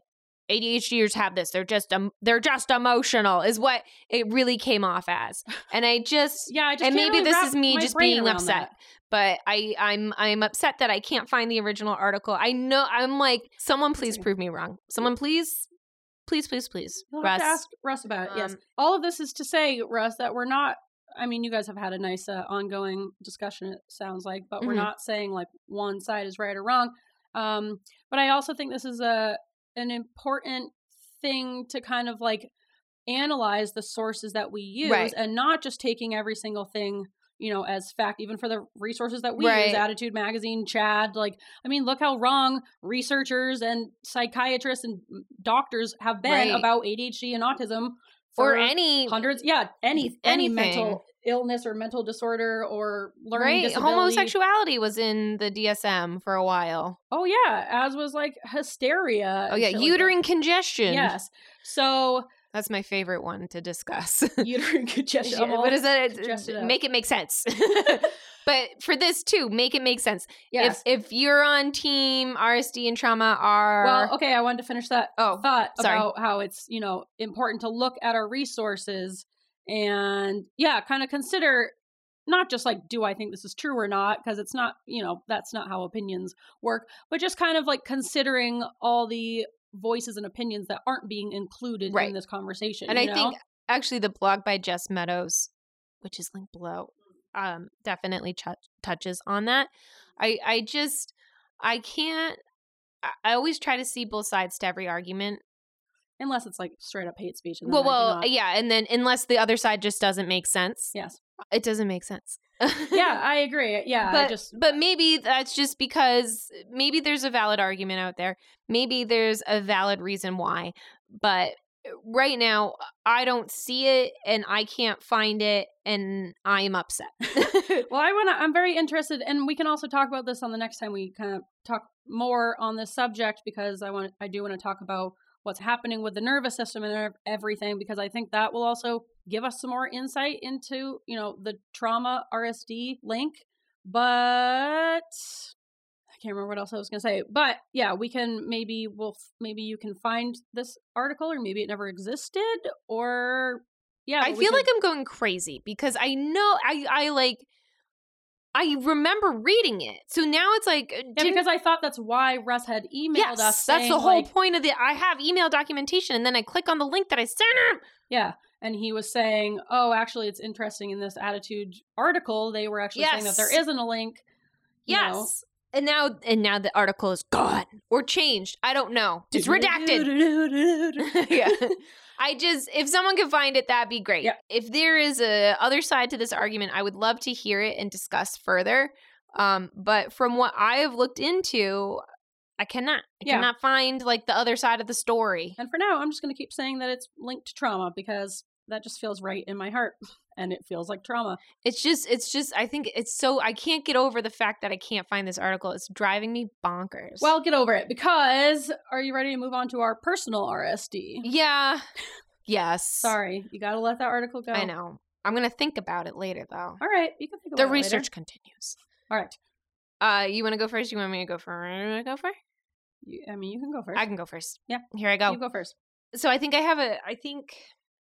ADHDers have this; they're just um, they're just emotional, is what it really came off as. And I just,
yeah, I just
and
can't
maybe
really
this
wrap
is me
my
just
brain
being
around that.
upset, but I, I'm, I'm upset that I can't find the original article. I know I'm like, someone please
okay.
prove me wrong. Someone please, please, please, please,
You'll have
Russ.
to ask Russ about it. yes.
Um,
All of this is to say, Russ, that we're not. I mean, you guys have had a nice uh, ongoing discussion. It sounds like, but we're
Mhm.
not saying like one side is right or wrong. Um, but I also think this is a an important thing to kind of like analyze the sources that we use
Right.
and not just taking every single thing you know as fact even for the resources that we
Right.
use attitude magazine chad like i mean look how wrong researchers and psychiatrists and doctors have been
Right.
about adhd and autism
or
for
any
hundreds yeah any any
Anything.
mental illness or mental disorder or learning
right
disability
homosexuality was in the DSM for a while.
oh yeah as was like hysteria
Oh
and
yeah,
shit like that.
uterine congestion.
yes so
That's my favorite one to discuss.
uterine congestion of all-
what is that?
Congested up.
Make it make sense. but for this too, make it make sense.
yes
If if you're on team RSD and trauma are
well okay i wanted to finish that
oh
thought
Sorry.
about how it's you know important to look at our resources and yeah kind of consider not just like do i think this is true or not because it's not you know that's not how opinions work but just kind of like considering all the voices and opinions that aren't being included
Right.
in this conversation
and I
you know?
think actually the blog by Jess Meadows, which is linked below, um, definitely ch- touches on that. I I just I can't. I- I always try to see both sides to every argument.
unless it's like straight up hate speech and then I
Well,
do
well,
not-
yeah, and then unless the other side just doesn't make sense,
yes
it doesn't make sense.
yeah i agree yeah
but
i just
but maybe that's just because maybe there's a valid argument out there. Maybe there's a valid reason why, but eh, right now I don't see it and I can't find it and I am upset.
Well, I want to. I'm very interested, and we can also talk about this on the next time we kind of talk more on this subject because I want. I do want to talk about what's happening with the nervous system and ev- everything because I think that will also give us some more insight into you know the trauma RSD link. But I can't remember what else I was going to say. But yeah, we can maybe we'll f- maybe you can find this article, or maybe it never existed, or yeah.
I
but we
feel
can-
like I'm going crazy because I know I I like I remember reading it. So now it's like
Yeah,
did-
because I thought that's why Russ had emailed
yes,
us.
that's the
saying,
whole
like-
point of the I have email documentation and then I click on the link that I sent him.
Yeah. And he was saying, oh, actually, it's interesting in this attitude article, they were actually saying that there
Yes.
isn't a link. you
Yes.
know.
And now and now the article is gone or changed. I don't know. It's redacted. yeah. I just if someone could find it that'd be great.
Yeah.
If there is a other side to this argument, I would love to hear it and discuss further. Um, but from what I have looked into, I cannot. I
Yeah.
cannot find like the other side of the story.
And for now, I'm just going to keep saying that it's linked to trauma because that just feels right in my heart. And it feels like trauma.
It's just, it's just. I think it's so. I can't get over the fact that I can't find this article. It's driving me bonkers.
Well, get over it because are you ready to move on to our personal RSD?
yeah, yes.
Sorry, you got to let that article go.
I know. I'm gonna think about it later, though.
All right, you can think about
The
it later.
research continues.
All right,
Uh, you want to go first? You want me to go first? You wanna go first?
you, I mean you can go first.
I can go first.
Yeah.
Here I go.
You go first.
so I think I have a I think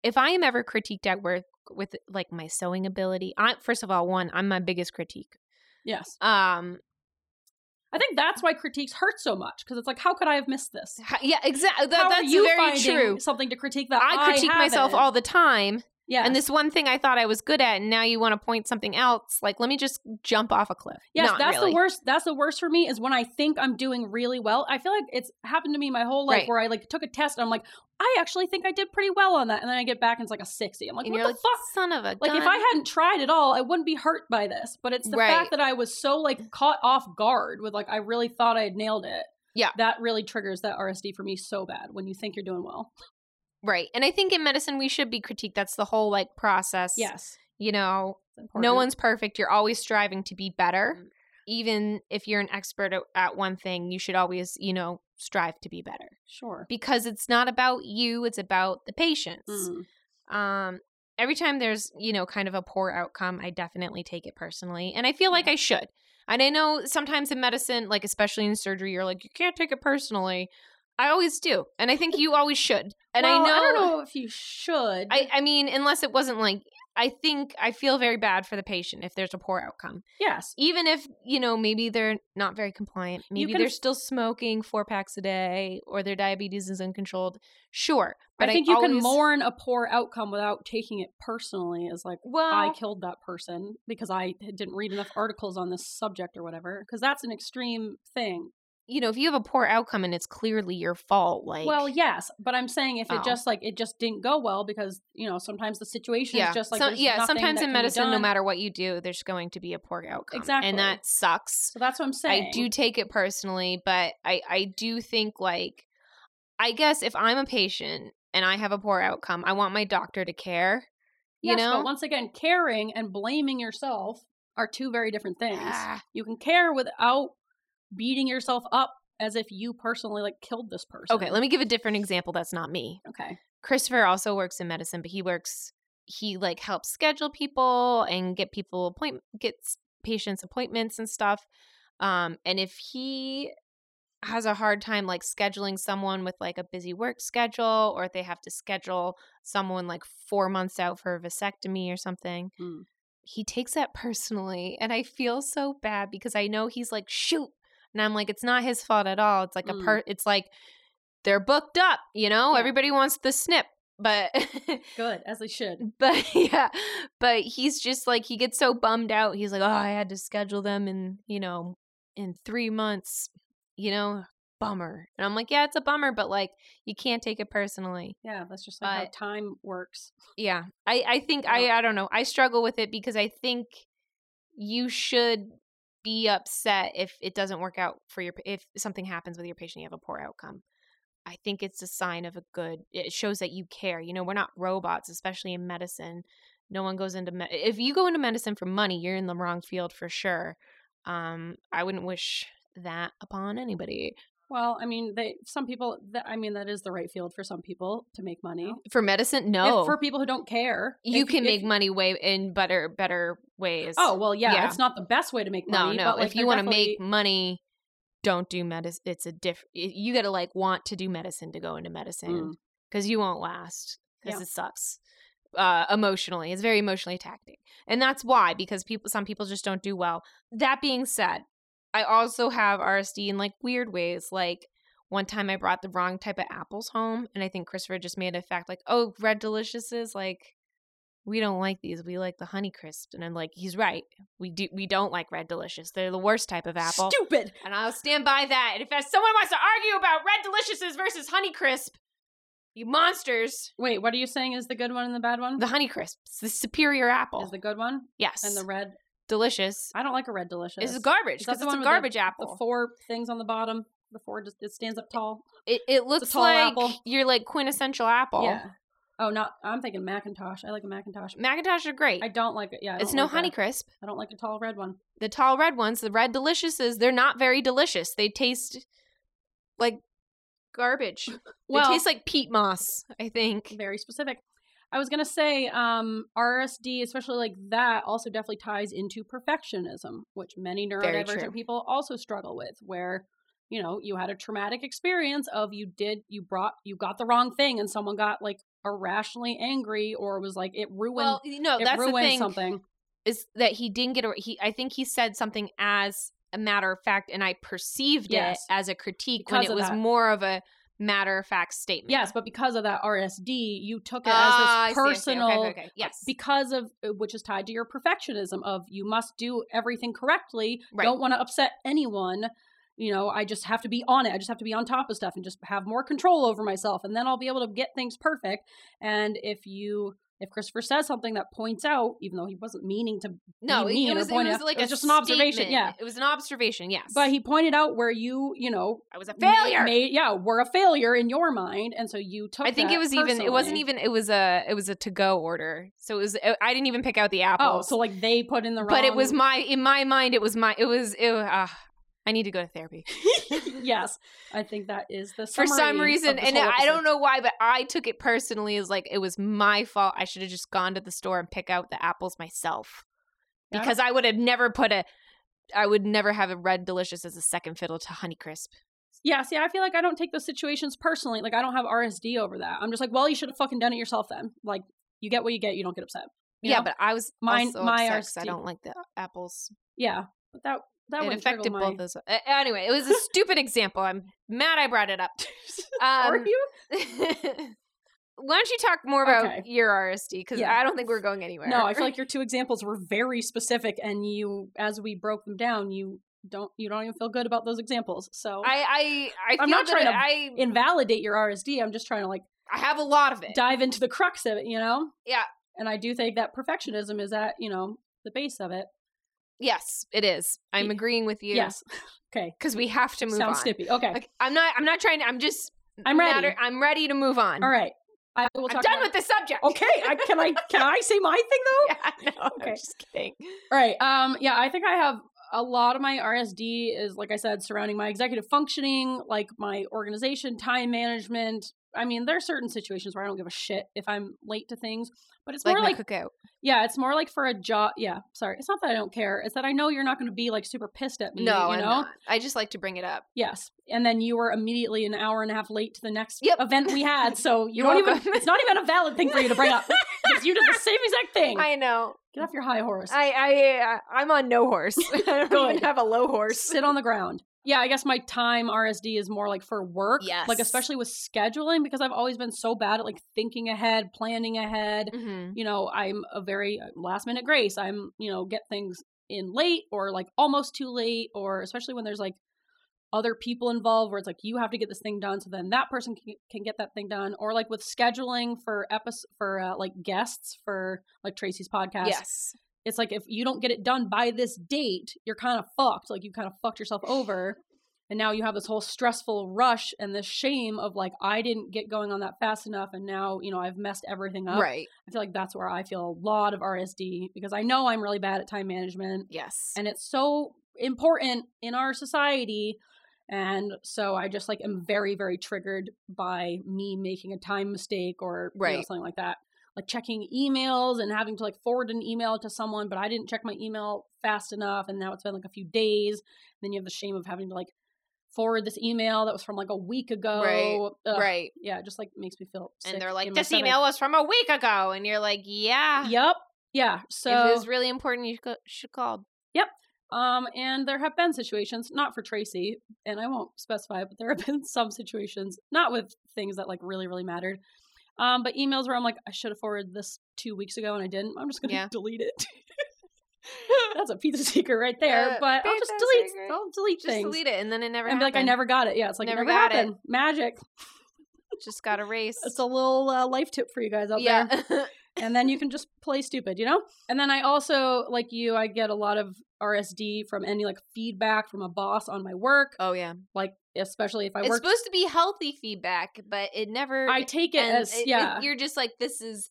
if I am ever critiqued at work with like my sewing ability, I first of all, one, I'm my biggest critique.
Yes,
Um
I think that's why critiques hurt so much because it's like, how could I have missed this?
h- yeah, exactly.
How are
that's
you
very
finding
true.
Something to critique that
I
I,
critique myself
haven't?
all the time,
Yeah,
and this one thing I thought I was good at, and now you want to point something else. Like, let me just jump off a cliff.
Yes,
Not
that's
really.
the worst. That's the worst for me is when I think I'm doing really well. I feel like it's happened to me my whole life
Right.
where I like took a test and I'm like, I actually think I did pretty well on that, and then I get back and it's like a sixty. I'm like,
And
what
you're
the
like,
fuck?
son of a
Like if
gun."
I hadn't tried at all, I wouldn't be hurt by this. But it's the
Right.
fact that I was so like caught off guard with like I really thought I had nailed it.
Yeah.
that really triggers that RSD for me so bad when you think you're doing well.
right, and I think in medicine we should be critiqued. That's the whole like process.
Yes,
you know,
It's
No
important.
one's perfect. You're always striving to be better.
Mm.
Even if you're an expert at- at one thing, you should always, you know, strive to be better
sure.
because it's not about you, it's about the patients.
Mm.
Um every time there's, you know, kind of a poor outcome, I definitely take it personally, and I feel like I should. And I know sometimes in medicine, like especially in surgery, you're like you can't take it personally. I always do. And I think you always should. And
Well,
I know
I don't know if you should.
I, I mean, unless it wasn't like I think I feel very bad for the patient if there's a poor outcome.
yes,
Even if, you know, maybe they're not very compliant, maybe
can
they're
f-
still smoking four packs a day or their diabetes is uncontrolled. Sure. But
I think you can
always-
mourn a poor outcome without taking it personally. Is like
well
I killed that person because I didn't read enough articles on this subject or whatever. Because that's an extreme thing.
you know, if you have a poor outcome and it's clearly your fault, like
well, yes, but I'm saying if
Oh.
it just like it just didn't go well because you know sometimes the situation
yeah,
is just like
some-
there's
yeah.
nothing
Sometimes
that
in
can be
medicine, no
done.
matter what you do, there's going to be a poor outcome,
Exactly.
and that sucks.
So that's what I'm saying.
I do take it personally, but I I do think like I guess if I'm a patient and I have a poor outcome, I want my doctor to care. You
Yes,
know,
but once again, caring and blaming yourself are two very different things.
Ah,
You can care without beating yourself up as if you personally like killed this person.
okay, let me give a different example that's not me.
Okay.
Christopher also works in medicine, but he works he like helps schedule people and get people appoint gets patients appointments and stuff. Um and if he has a hard time like scheduling someone with like a busy work schedule or if they have to schedule someone like 4 months out for a vasectomy or something.
Mm.
He takes that personally and I feel so bad because I know he's like shoot and I'm like it's not his fault at all. It's like a
Mm.
per it's like they're booked up, you know?
Yeah.
Everybody wants the snip, but
Good, as they should.
but yeah, but he's just like he gets so bummed out. He's like, "Oh, I had to schedule them in, you know, in 3 months." You know, bummer. And I'm like, "Yeah, it's a bummer, but like you can't take it personally."
Yeah, that's just like
But-
how time works.
Yeah. I I think I I don't know. I struggle with it because I think you should be upset if it doesn't work out for your pa- if something happens with your patient you have a poor outcome. I think it's a sign of a good it shows that you care. You know, we're not robots especially in medicine. No one goes into me- if you go into medicine for money, you're in the wrong field for sure. Um I wouldn't wish that upon anybody
Well, I mean, they some people. That, I mean, that is the right field for some people to make money.
for medicine Oh, no
If for people who don't care,
you
if-
can
if-
make money way in better better ways
Oh well, yeah,
Yeah.
It's not the best way to make
no
money.
no
But, like,
if you
they're
want to
definitely-
make money don't do medicine it's a diff y- you gotta like want to do medicine to go into medicine
Mm.
because you won't last because
Yeah.
it sucks uh emotionally it's very emotionally taxing and that's why because people some people just don't do well that being said i also have rsd in like weird ways like one time i brought the wrong type of apples home and i think christopher just made a fact like oh red deliciouses like we don't like these we like the honey crisp and i'm like he's right we do we don't like red delicious they're the worst type of apple
stupid.
and I'll stand by that. And if someone wants to argue about Red Deliciouses versus Honeycrisp, you monsters,
Wait, what are you saying? Is the good one and the bad one?
the Honeycrisp, it's the superior apple.
is the good one
yes.
and the red
delicious
I don't like a red delicious.
is garbage
Is that
because
the
it's
one
a
with
garbage
the
apple.
four things on the bottom. The four just it stands up tall.
it, it looks
tall
like
apple.
your like quintessential apple.
Yeah. Oh, not. I'm thinking Macintosh. I like a Macintosh.
Macintosh are great.
I don't like it. Yeah, I
it's
don't
no
like
honey
A,
crisp.
I don't like a tall red one.
The tall red ones, the red deliciouses, they're not very delicious. They taste like garbage.
Well,
they taste like peat moss, I think.
very specific. I was gonna say um, RSD, especially like that, also definitely ties into perfectionism, which many
Very true.
neurodivergent people also struggle with. Where you know you had a traumatic experience of you did you brought you got the wrong thing, and someone got like irrationally angry or was like it ruined
well, you know,
it
that's the
ruined
thing Mm.
something.
is that he didn't get a, he I think he said something as a matter of fact and I perceived
Yes.
it as a critique
Because
when it
of
was
that.
more of a matter of fact statement.
Yes, but because of that RSD, you took it
Ah, I
as this
see, I see. Okay,
personal
okay, okay. Yes.
because of uh, which is tied to your perfectionism of you must do everything correctly
Right.
don't want to upset anyone you know i just have to be on it i just have to be on top of stuff and just have more control over myself and then i'll be able to get things perfect and if you if christopher says something that points out even though he wasn't meaning to
no,
you
it,
mean
it
or
was, it
pointing
was
out-
like
it was
a
just an observation,
statement.
yeah.
It was an observation, yes.
but he pointed out where you you know
I was a
ma-
failure.
made- yeah were a failure in your mind and so you took
I think it
that
was even it wasn't
personally.
even it was a it was a to go order. So it was I didn't even pick out the
oh
apples.
so like they put in the wrong
but it was my in my mind it was my it was it, uh, I need to go to therapy
yes, I think that is the
for some
summary
reason
of this
and
whole
I don't
episode.
know why but I took it personally as like it was my fault. I should have just gone to the store and pick out the apples myself
Yeah, I
because I would have never put a I would never have a red delicious as a second fiddle to Honeycrisp.
Yeah, see, I feel like I don't take those situations personally. Like I don't have RSD over that. I'm just like, well, you should have fucking done it yourself then. Like you get what you get. You don't get upset. you
Yeah,
know?
but I was
Mine-
also
my
upset 'cause I
RSD.
don't like the apples.
yeah, but that that
it
would
affected
my...
both of us. Uh, anyway, it was a stupid example. I'm mad I brought it up. Um,
Are you?
Why don't you talk more about
Okay.
your RSD? Because
Yeah.
I don't think we're going anywhere.
No, I feel like your two examples were very specific, and you, as we broke them down, you don't you don't even feel good about those examples. So
I I, I feel
I'm not
that
trying to-
I
invalidate your RSD. I'm just trying to like
I have a lot of it.
dive into the crux of it. You know?
Yeah.
And I do think that perfectionism is at you know the base of it.
yes, it is. I'm
Y-
agreeing with you.
Yes. Okay.
because we have to move on.
Sounds snippy. Okay.
Like, I'm not. I'm not trying. to I'm just.
I'm ready.
matter- I'm ready to move on.
All right. I will
I'm
talk
done
about-
with the subject.
Okay. I, can I can I say my thing though?
yeah, no,
Okay.
I'm just kidding.
All right. Um. Yeah. I think I have a lot of my RSD is like I said surrounding my executive functioning, like my organization, time management. I mean, there are certain situations where I don't give a shit if I'm late to things, but it's
Like,
more
my
like
cookout.
yeah, it's more like for a job. Yeah, sorry, it's not that I don't care. It's that I know you're not going to be like super pissed at me.
No,
you
I'm
know?
not. I just like to bring it up.
Yes, and then you were immediately an hour and a half late to the next
Yep.
event we had, so you
You're
don't even.
welcome.
It's not even a valid thing for you to bring up because you did the same exact thing.
I know.
Get off your high horse.
I I I'm on no horse. I don't
Good.
even have a low horse.
Sit on the ground. Yeah, I guess my time RSD is more like for work.
Yes.
Like, especially with scheduling, because I've always been so bad at like thinking ahead, planning ahead.
Mm-hmm.
You know, I'm a very uh, last minute grace. I'm, you know, get things in late or like almost too late, or especially when there's like other people involved where it's like you have to get this thing done so then that person can, can get that thing done or like with scheduling for episode for uh, like guests for like tracy's podcast
Yes.
it's like if you don't get it done by this date, you're kind of fucked. Like you kind of fucked yourself over. And now you have this whole stressful rush and this shame of like, I didn't get going on that fast enough. And now, you know, I've messed everything up.
Right.
I feel like that's where I feel a lot of RSD because I know I'm really bad at time management
Yes.
and it's so important in our society. And so I just like am very, very triggered by me making a time mistake or you know,
Right.
something like that. Like checking emails and having to like forward an email to someone, but I didn't check my email fast enough. And now it's been like a few days. then you have the shame of having to like forward this email that was from like a week ago. Ugh.
right.
Yeah. It just like makes me feel uh, sick
and they're
in
like,
my
this
stomach."
email was from a week ago, and you're like, yeah.
Yep. Yeah. So
if Ah. it was really important, you co- should call.
Um, and there have been situations, not for Tracy, and I won't specify, but there have been some situations, not with things that like really, really mattered. Um, but emails where I'm like, I should have forwarded this two weeks ago and I didn't. I'm just gonna
Yeah.
delete it. That's a pizza secret right there.
Uh,
but I'll just
pizza
delete.
secret.
I'll delete
Just
things
delete it, and then it never.
and be like, I
happened.
never got it. Yeah, it's like it
Never
never,
got it.
happened. Magic.
just got erased.
It's a little uh, life tip for you guys out
yeah.
there. and then you can just play stupid, you know? And then I also, like you, I get a lot of RSD from any like feedback from a boss on my work,
Oh yeah.
like especially if I
it's
work.
supposed to be healthy feedback, but it never
I take it
and
as,
it- it-
yeah.
you're just like this is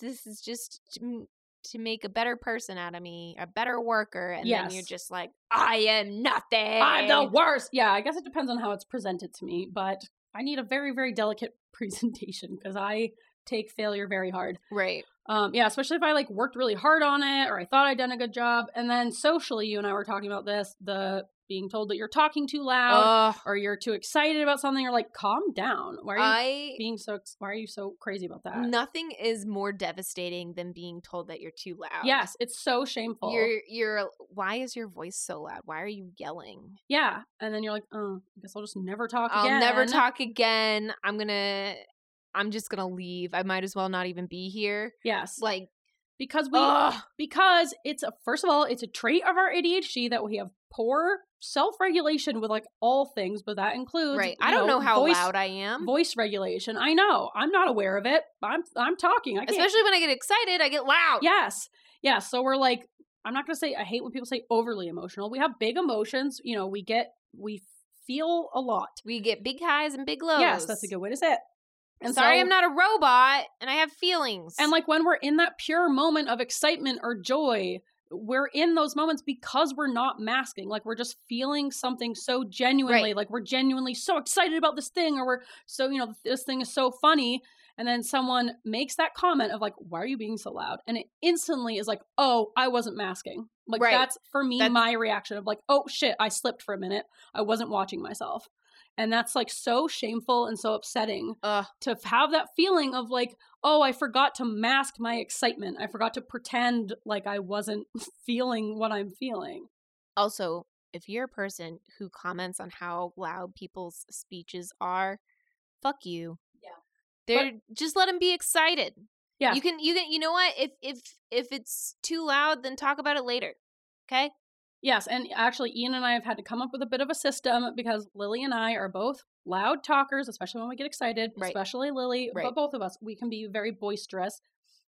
this is just to, m- to make a better person out of me, a better worker, and then you're
Yes.
just like I am nothing.
I'm the worst. Yeah, I guess it depends on how it's presented to me, but I need a very, very delicate presentation because I take failure very hard.
right.
Um, yeah, especially if I like worked really hard on it or I thought I'd done a good job. And then socially, you and I were talking about this the being told that you're talking too
Um,
loud
Ugh.
or you're too excited about something. You're like, calm down. Why are you
I
being so, ex- why are you so crazy about that?
nothing is more devastating than being told that you're too loud.
Yes, it's so shameful.
You're you're why is your voice so loud? Why are you yelling?
yeah. And then you're like, oh, I guess I'll just never talk
I'll
again.
never talk again. I'm going to I'm just going to leave. I might as well not even be here.
Yes. Like,
Like
because we,
ugh.
because it's a first of all it's a trait of our adhd that we have poor self-regulation with like all things but that includes
right.
you
I don't know, how
voice,
loud I am.
voice regulation i know i'm not aware of it i'm i'm talking i can't
Especially when I get excited, I get loud.
yes yeah so we're like i'm not gonna say i hate when people say overly emotional we have big emotions you know we get we feel a lot
We get big highs and big lows.
yes that's a good way to say it
And sorry
so-
I'm not a robot and I have feelings.
And like when we're in that pure moment of excitement or joy, we're in those moments because we're not masking. Like we're just feeling something so genuinely. Like we're genuinely so excited about this thing, or we're so, you know, this thing is so funny. And then someone makes that comment of like, why are you being so loud? And it instantly is like, oh, I wasn't masking. Like
Right.
that's for me,
That's-
my reaction of like, oh shit, I slipped for a minute. I wasn't watching myself. And that's like so shameful and so upsetting
Ugh.
to f- have that feeling of like, oh, I forgot to mask my excitement. I forgot to pretend like I wasn't feeling what I'm feeling.
also, if you're a person who comments on how loud people's speeches are, fuck you.
Yeah.
They're just let them be excited.
Yeah.
You can you can you know what? If if if it's too loud, then talk about it later. Okay?
Yes, and actually, Ian and I have had to come up with a bit of a system because Lily and I are both loud talkers, especially when we get excited,
Right.
especially Lily,
Right.
but both of us, we can be very boisterous.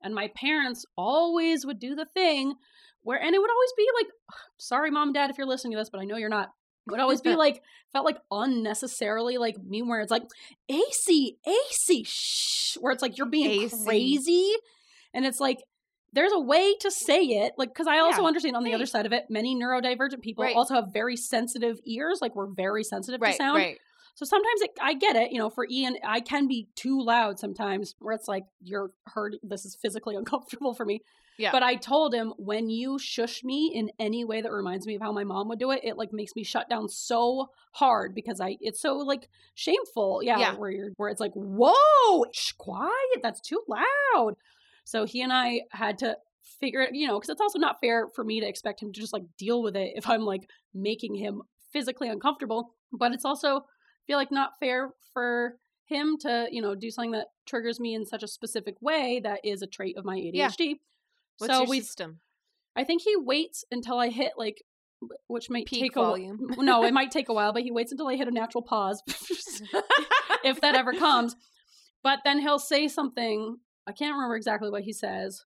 And my parents always would do the thing where, and it would always be like, sorry, mom, dad, if you're listening to this, but I know you're not. It would always be like, felt like unnecessarily like mean, where it's like, AC, AC, shh, where it's like, you're being
AC.
crazy. And it's like, there's a way to say it like because i also
Yeah.
understand on the other
Right.
side of it many neurodivergent people
Right.
also have very sensitive ears like we're very sensitive to
Right,
sound
right.
so sometimes it, i get it you know for ian i can be too loud sometimes where it's like you're heard this is physically uncomfortable for me
Yeah.
but i told him when you shush me in any way that reminds me of how my mom would do it it like makes me shut down so hard because i it's so like shameful yeah,
Yeah.
where you're where it's like whoa shh, quiet that's too loud so he and i had to figure it you know because it's also not fair for me to expect him to just like deal with it if i'm like making him physically uncomfortable but it's also I feel like not fair for him to you know do something that triggers me in such a specific way that is a trait of my adhd
Yeah. What's
so
your
we
system?
i think he waits until i hit like w- which might
Peak
take
volume.
a while no it might take a while but he waits until i hit a natural pause if that ever comes. But then he'll say something. I can't remember exactly what he says.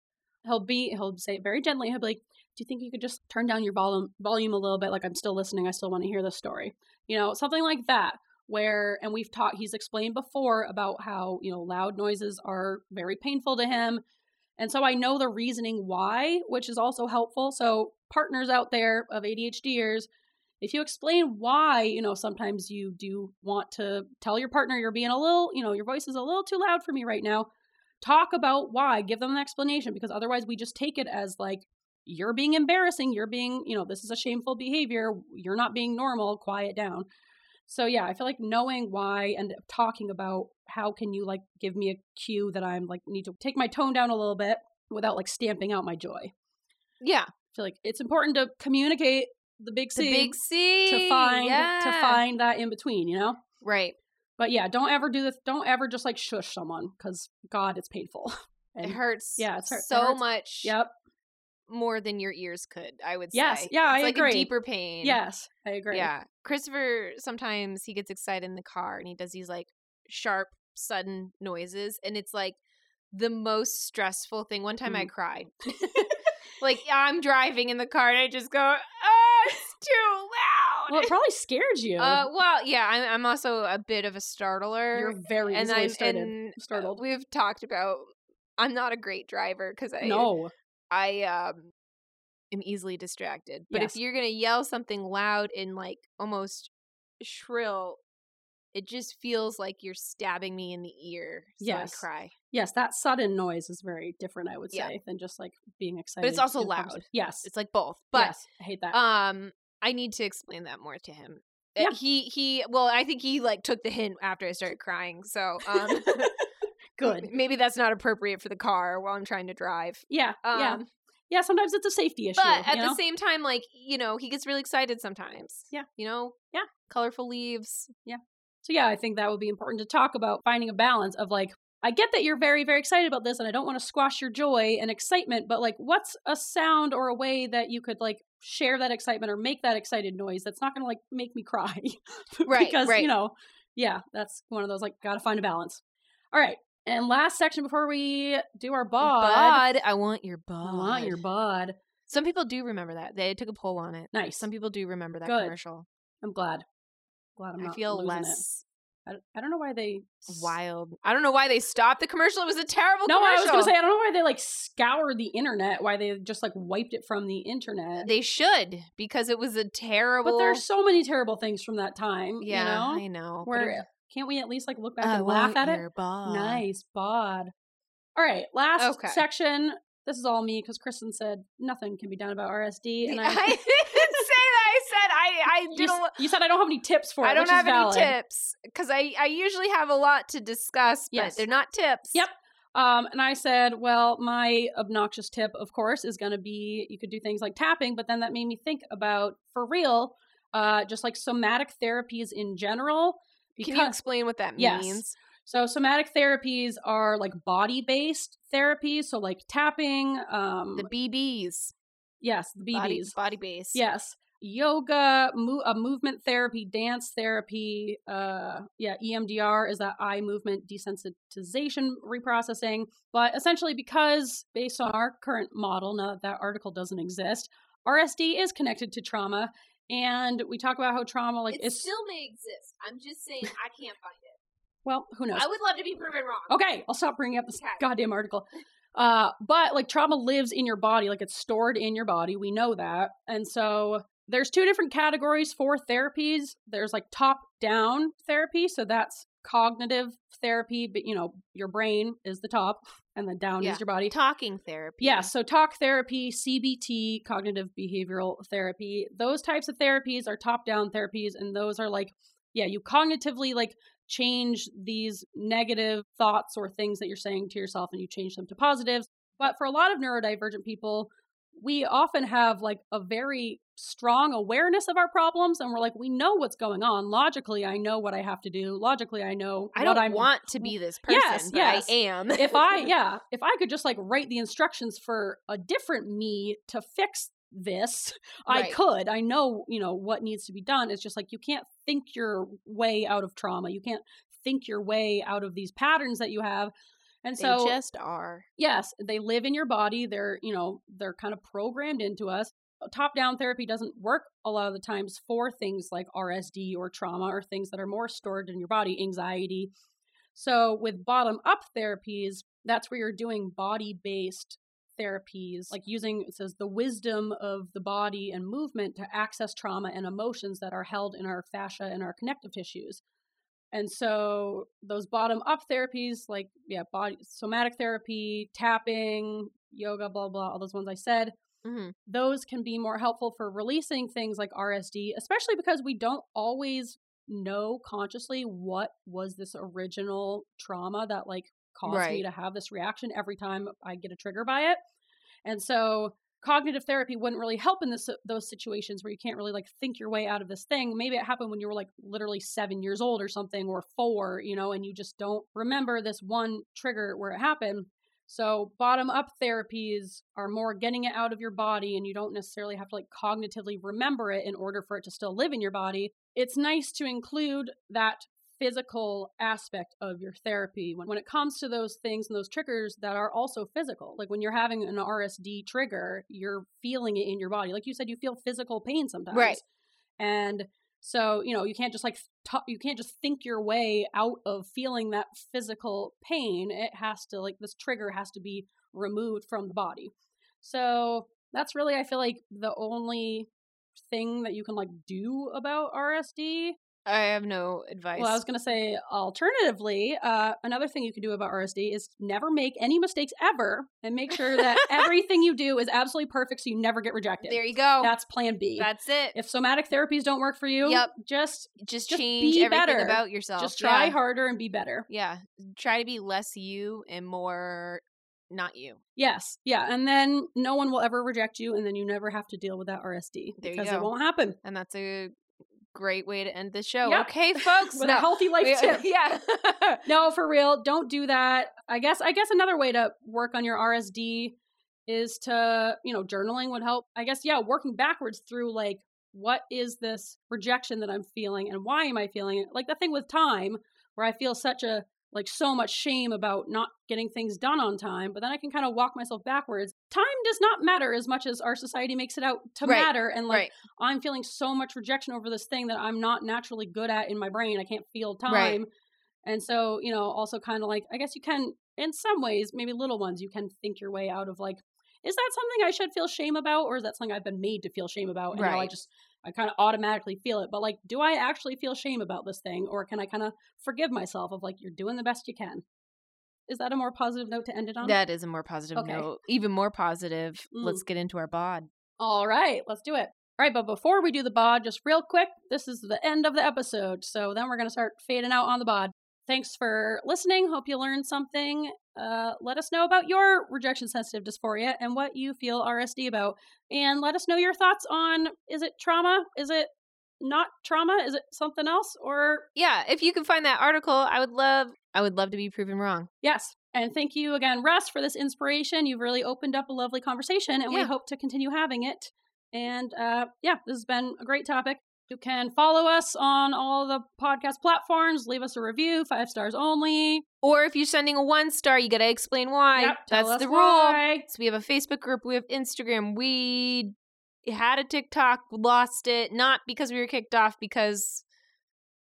He'll be he'll say it very gently. He'll be like, "Do you think you could just turn down your volume volume a little bit? Like I'm still listening. I still want to hear this story. You know, something like that." Where and we've taught he's explained before about how you know loud noises are very painful to him. And so I know the reasoning why, which is also helpful. So, partners out there of ADHDers, if you explain why, you know, sometimes you do want to tell your partner you're being a little, you know, your voice is a little too loud for me right now, talk about why, give them an explanation because otherwise we just take it as like, you're being embarrassing, you're being, you know, this is a shameful behavior, you're not being normal, quiet down. So yeah, I feel like knowing why and talking about how can you like give me a cue that I'm like need to take my tone down a little bit without like stamping out my joy. I
Yeah.
feel like it's important to communicate the big
The
C
big C.
to find to
yeah.
find that in between, you know.
Right.
But yeah, don't ever do this. Don't ever just like shush someone because God, it's painful.
It
And-
hurts
yeah, it's hurt- it
so
hurts.
much
Yep.
more than your ears could, I would
Yes,
say.
yeah, I
it's like
agree.
a deeper pain.
Yes, I agree.
Yeah. Christopher sometimes he gets excited in the car and he does these like sharp, sudden noises and it's like the most stressful thing. One time I
Mm.
cried. like I'm driving in the car and I just go, oh, it's too
Well,
loud.
it probably scared you.
uh, well, yeah, I'm, I'm also a bit of a startler.
You're very
and
easily
I'm-
started.
and, uh,
startled.
We've talked about I'm not a great driver because I
no.
I um am easily distracted. But
Yes.
if you're gonna yell something loud and like almost shrill, it just feels like you're stabbing me in the ear. So
Yes.
I cry.
Yes, that sudden noise is very different, I would say,
Yeah.
than just like being excited.
it's also
and pumped.
loud.
Yes.
It's like both. But
yes, I hate that.
um I need to explain that more to him. Uh,
Yeah.
He he well, I think he like took the hint after I started crying. So um
Good.
Maybe that's not appropriate for the car while I'm trying to drive.
Yeah.
Um
yeah. Yeah, sometimes it's a safety issue.
But at
you
the
know?
same time, like, you know, he gets really excited sometimes.
Yeah.
You know?
Yeah.
Colorful leaves.
So yeah, I think that would be important to talk about finding a balance of like I get that you're very very excited about this and I don't want to squash your joy and excitement, but like what's a sound or a way that you could like share that excitement or make that excited noise that's not going to like make me cry.
Right,
because
right.
you know, yeah, that's one of those like got to find a balance. All right. And last section before we do our bod.
Bud. I want your bud.
I want your bod.
Some people do remember that. They took a poll on it.
Nice.
Some people do remember that
Good.
commercial.
I'm glad. Glad I'm
i
not
feel
losing
less
It. I, I don't know why they s-
wild. I don't know why they stopped the commercial. It was a terrible
No, I
commercial.
was gonna say I don't know why they like scoured the internet, why they just like wiped it from the internet.
they should because it was a terrible.
but there's so many terrible things from that time.
yeah,
you know,
I know. but
where
it-
can't we at least like look back
I
and laugh at
want
it?
your bud.
Nice bod. All right, last
Okay.
section. This is all me because Kristen said nothing can be done about RSD, and I,
I didn't say that. I said I. I
you,
didn't.
s- you said I don't have any tips for it.
I don't
which is
have any
valid.
tips because I, I usually have a lot to discuss, but
Yes.
they're not tips.
Yep. Um, and I said, well, my obnoxious tip, of course, is going to be you could do things like tapping, but then that made me think about for real, uh, just like somatic therapies in general.
Can you explain what that
Yes.
means?
so somatic therapies are like body based therapies, so like tapping, um,
The BBs.
yes, the BBs,
Body, body base.
yes, yoga, mo- uh, movement therapy, dance therapy, uh, yeah, EMDR is that eye movement desensitization reprocessing. But essentially, because based on our current model, now that that article doesn't exist, RSD is connected to trauma. And we talk about how trauma, like, is
may exist. I'm just saying I can't find it.
well, who knows?
would love to be proven wrong.
okay, I'll stop bringing up this
Okay.
goddamn article. Uh, but like trauma lives in your body, like it's stored in your body. We know that. And so there's two different categories for therapies. There's like top down therapy, so that's cognitive therapy, but you know, your brain is the top and then down
Yeah.
is your body.
Talking therapy.
Yeah, so talk therapy, CBT, cognitive behavioral therapy, those types of therapies are top down therapies. And those are like, yeah, you cognitively like change these negative thoughts or things that you're saying to yourself and you change them to positives. But for a lot of neurodivergent people, we often have like a very strong awareness of our problems and we're like, we know what's going on. Logically, I know what I have to do. Logically, I know
I
what
don't
I'm
want to be this person,
Yes,
but
yes.
I am.
if I yeah, if I could just like write the instructions for a different me to fix this, I
Right.
could. I know, you know, what needs to be done. It's just like you can't think your way out of trauma. You can't think your way out of these patterns that you have. And
they
so
just are.
yes, they live in your body. They're, you know, they're kind of programmed into us. Top down therapy doesn't work a lot of the times for things like RSD or trauma or things that are more stored in your body, anxiety. So, with bottom up therapies, that's where you're doing body based therapies, like using, it says, the wisdom of the body and movement to access trauma and emotions that are held in our fascia and our connective tissues. And so those bottom up therapies, like yeah, body somatic therapy, tapping, yoga, blah blah, all those ones I said,
hmm
those can be more helpful for releasing things like RSD, especially because we don't always know consciously what was this original trauma that like caused me
Right.
to have this reaction every time I get a trigger by it. And so cognitive therapy wouldn't really help in this those situations where you can't really like think your way out of this thing. Maybe it happened when you were like literally 7 years old or something or 4, you know, and you just don't remember this one trigger where it happened. So, bottom up therapies are more getting it out of your body, and you don't necessarily have to like cognitively remember it in order for it to still live in your body. It's nice to include that physical aspect of your therapy when, when it comes to those things and those triggers that are also physical. Like when you're having an RSD trigger, you're feeling it in your body. Like you said, you feel physical pain sometimes.
Right.
And so, you know, you can't just like, t- you can't just think your way out of feeling that physical pain. It has to, like, this trigger has to be removed from the body. So that's really, I feel like, the only thing that you can like do about RSD.
I have no advice.
Well, I was going to say, alternatively, uh, another thing you can do about RSD is never make any mistakes ever and make sure that everything you do is absolutely perfect so you never get rejected.
there you go.
That's plan B.
That's it.
if somatic therapies don't work for you,
Yep.
just
just,
just
change
be
everything
better.
about yourself.
just try
yeah.
harder and be better.
Yeah. Try to be less you and more not you.
Yes. Yeah. And then no one will ever reject you and then you never have to deal with that RSD
There you
because
go.
it won't happen.
And that's a great way to end the show.
Yep.
Okay, folks.
With
no.
a healthy life
We-
tip.
Yeah.
no, for real, don't do that. I guess I guess another way to work on your RSD is to, you know, journaling would help. I guess yeah, working backwards through like what is this rejection that I'm feeling and why am I feeling it? Like the thing with time where I feel such a like so much shame about not getting things done on time, but then I can kind of walk myself backwards. Time does not matter as much as our society makes it out to
Right,
matter and like
right.
I'm feeling so much rejection over this thing that I'm not naturally good at in my brain. I can't feel time.
Right.
And so, you know, also kind of like, I guess you can, in some ways, maybe little ones, you can think your way out of like, is that something I should feel shame about? Or is that something I've been made to feel shame about? And now I
Right.
just, I kind of automatically feel it. But like, do I actually feel shame about this thing? Or can I kind of forgive myself of like, you're doing the best you can? Is that a more positive note to end it on?
That is a more positive
Okay.
note. Even more positive.
Mm.
Let's get into our bod.
All right, let's do it. All right, but before we do the bod, just real quick, this is the end of the episode. So then we're going to start fading out on the bod. Thanks for listening. Hope you learned something. Uh, let us know about your rejection sensitive dysphoria and what you feel RSD about. And let us know your thoughts on is it trauma? Is it not trauma? Is it something else? Or
Yeah. If you can find that article, I would love I would love to be proven wrong.
yes. And thank you again, Russ, for this inspiration. You've really opened up a lovely conversation, and we
Yeah.
hope to continue having it. And uh, yeah, this has been a great topic. You can follow us on all the podcast platforms. Leave us a review, five stars only.
Or if you're sending a one star, you gotta explain why.
Yep, tell
That's
us
the rule.
why.
So we have a Facebook group, we have Instagram, we had a TikTok, lost it, not because we were kicked off, because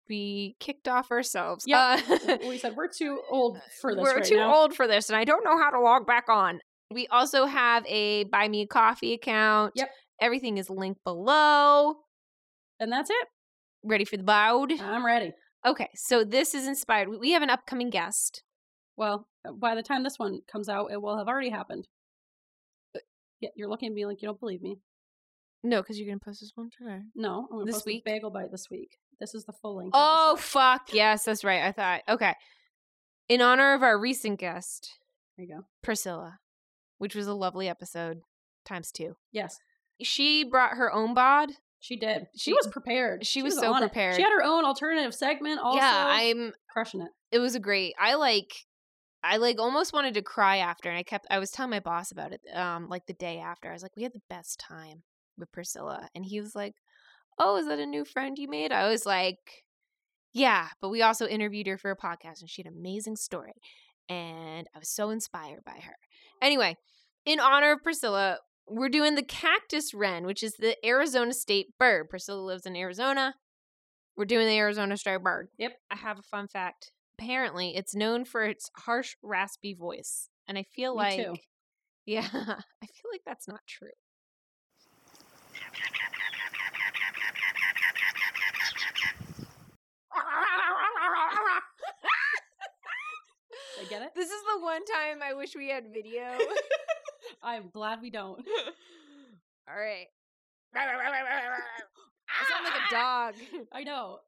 we kicked off ourselves.
Yep.
Uh,
we said we're too old for this
we're
right
too
now.
old for this, and I don't know how to log back on. We also have a buy me a coffee account.
Yep.
Everything is linked below.
And that's it.
Ready for the bowed?
I'm ready.
Okay, so this is inspired. We- We have an upcoming guest.
Well, by the time this one comes out, it will have already happened.
Uh,
Yeah, you're looking at me like you don't believe me.
No, because you're gonna post this one today.
No, I'm gonna
This
post the
week?
bagel bite this week. This is the full length.
Oh
episode.
fuck! Yes, that's right. I thought. Okay, in honor of our recent guest,
there you go.
Priscilla, which was a lovely episode times two.
Yes,
She brought her own bod.
she did. She,
She-
was prepared.
she was so
on it.
prepared.
She had her own alternative segment. Also,
yeah, I'm.
crushing it.
It was a great. I like. I like almost wanted to cry after, and I kept. I was telling my boss about it. Um, like the day after, I was like, "We had the best time with Priscilla," and he was like, "Oh, is that a new friend you made?" I was like, "Yeah," but we also interviewed her for a podcast, and she had an amazing story, and I was so inspired by her. Anyway, in honor of Priscilla, we're doing the cactus wren, which is the Arizona state bird. Priscilla lives in Arizona. We're doing the Arizona state bird.
Yep.
I have a fun fact. Apparently, it's known for its harsh, raspy voice, and I feel
Me
like,
too.
yeah, I feel like that's not true.
I get it.
This is the one time I wish we had video.
I'm glad we don't.
All right. I sound like a dog.
I know.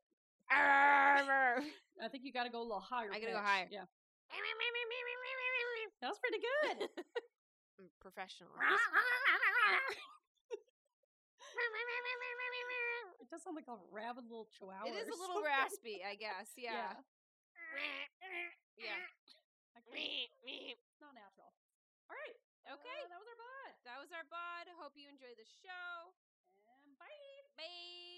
I
I think you got to go a little higher.
gotta go
pitch.
higher.
Yeah, that was pretty good.
I'm professional.
it does sound like a rabid little chihuahua.
It is
or
a little
something.
raspy, I guess. Yeah. Yeah.
I can't- It's not natural. All right.
Okay.
Uh, that was our bod.
That was our bod. Hope you enjoyed the show.
And bye.
Bye.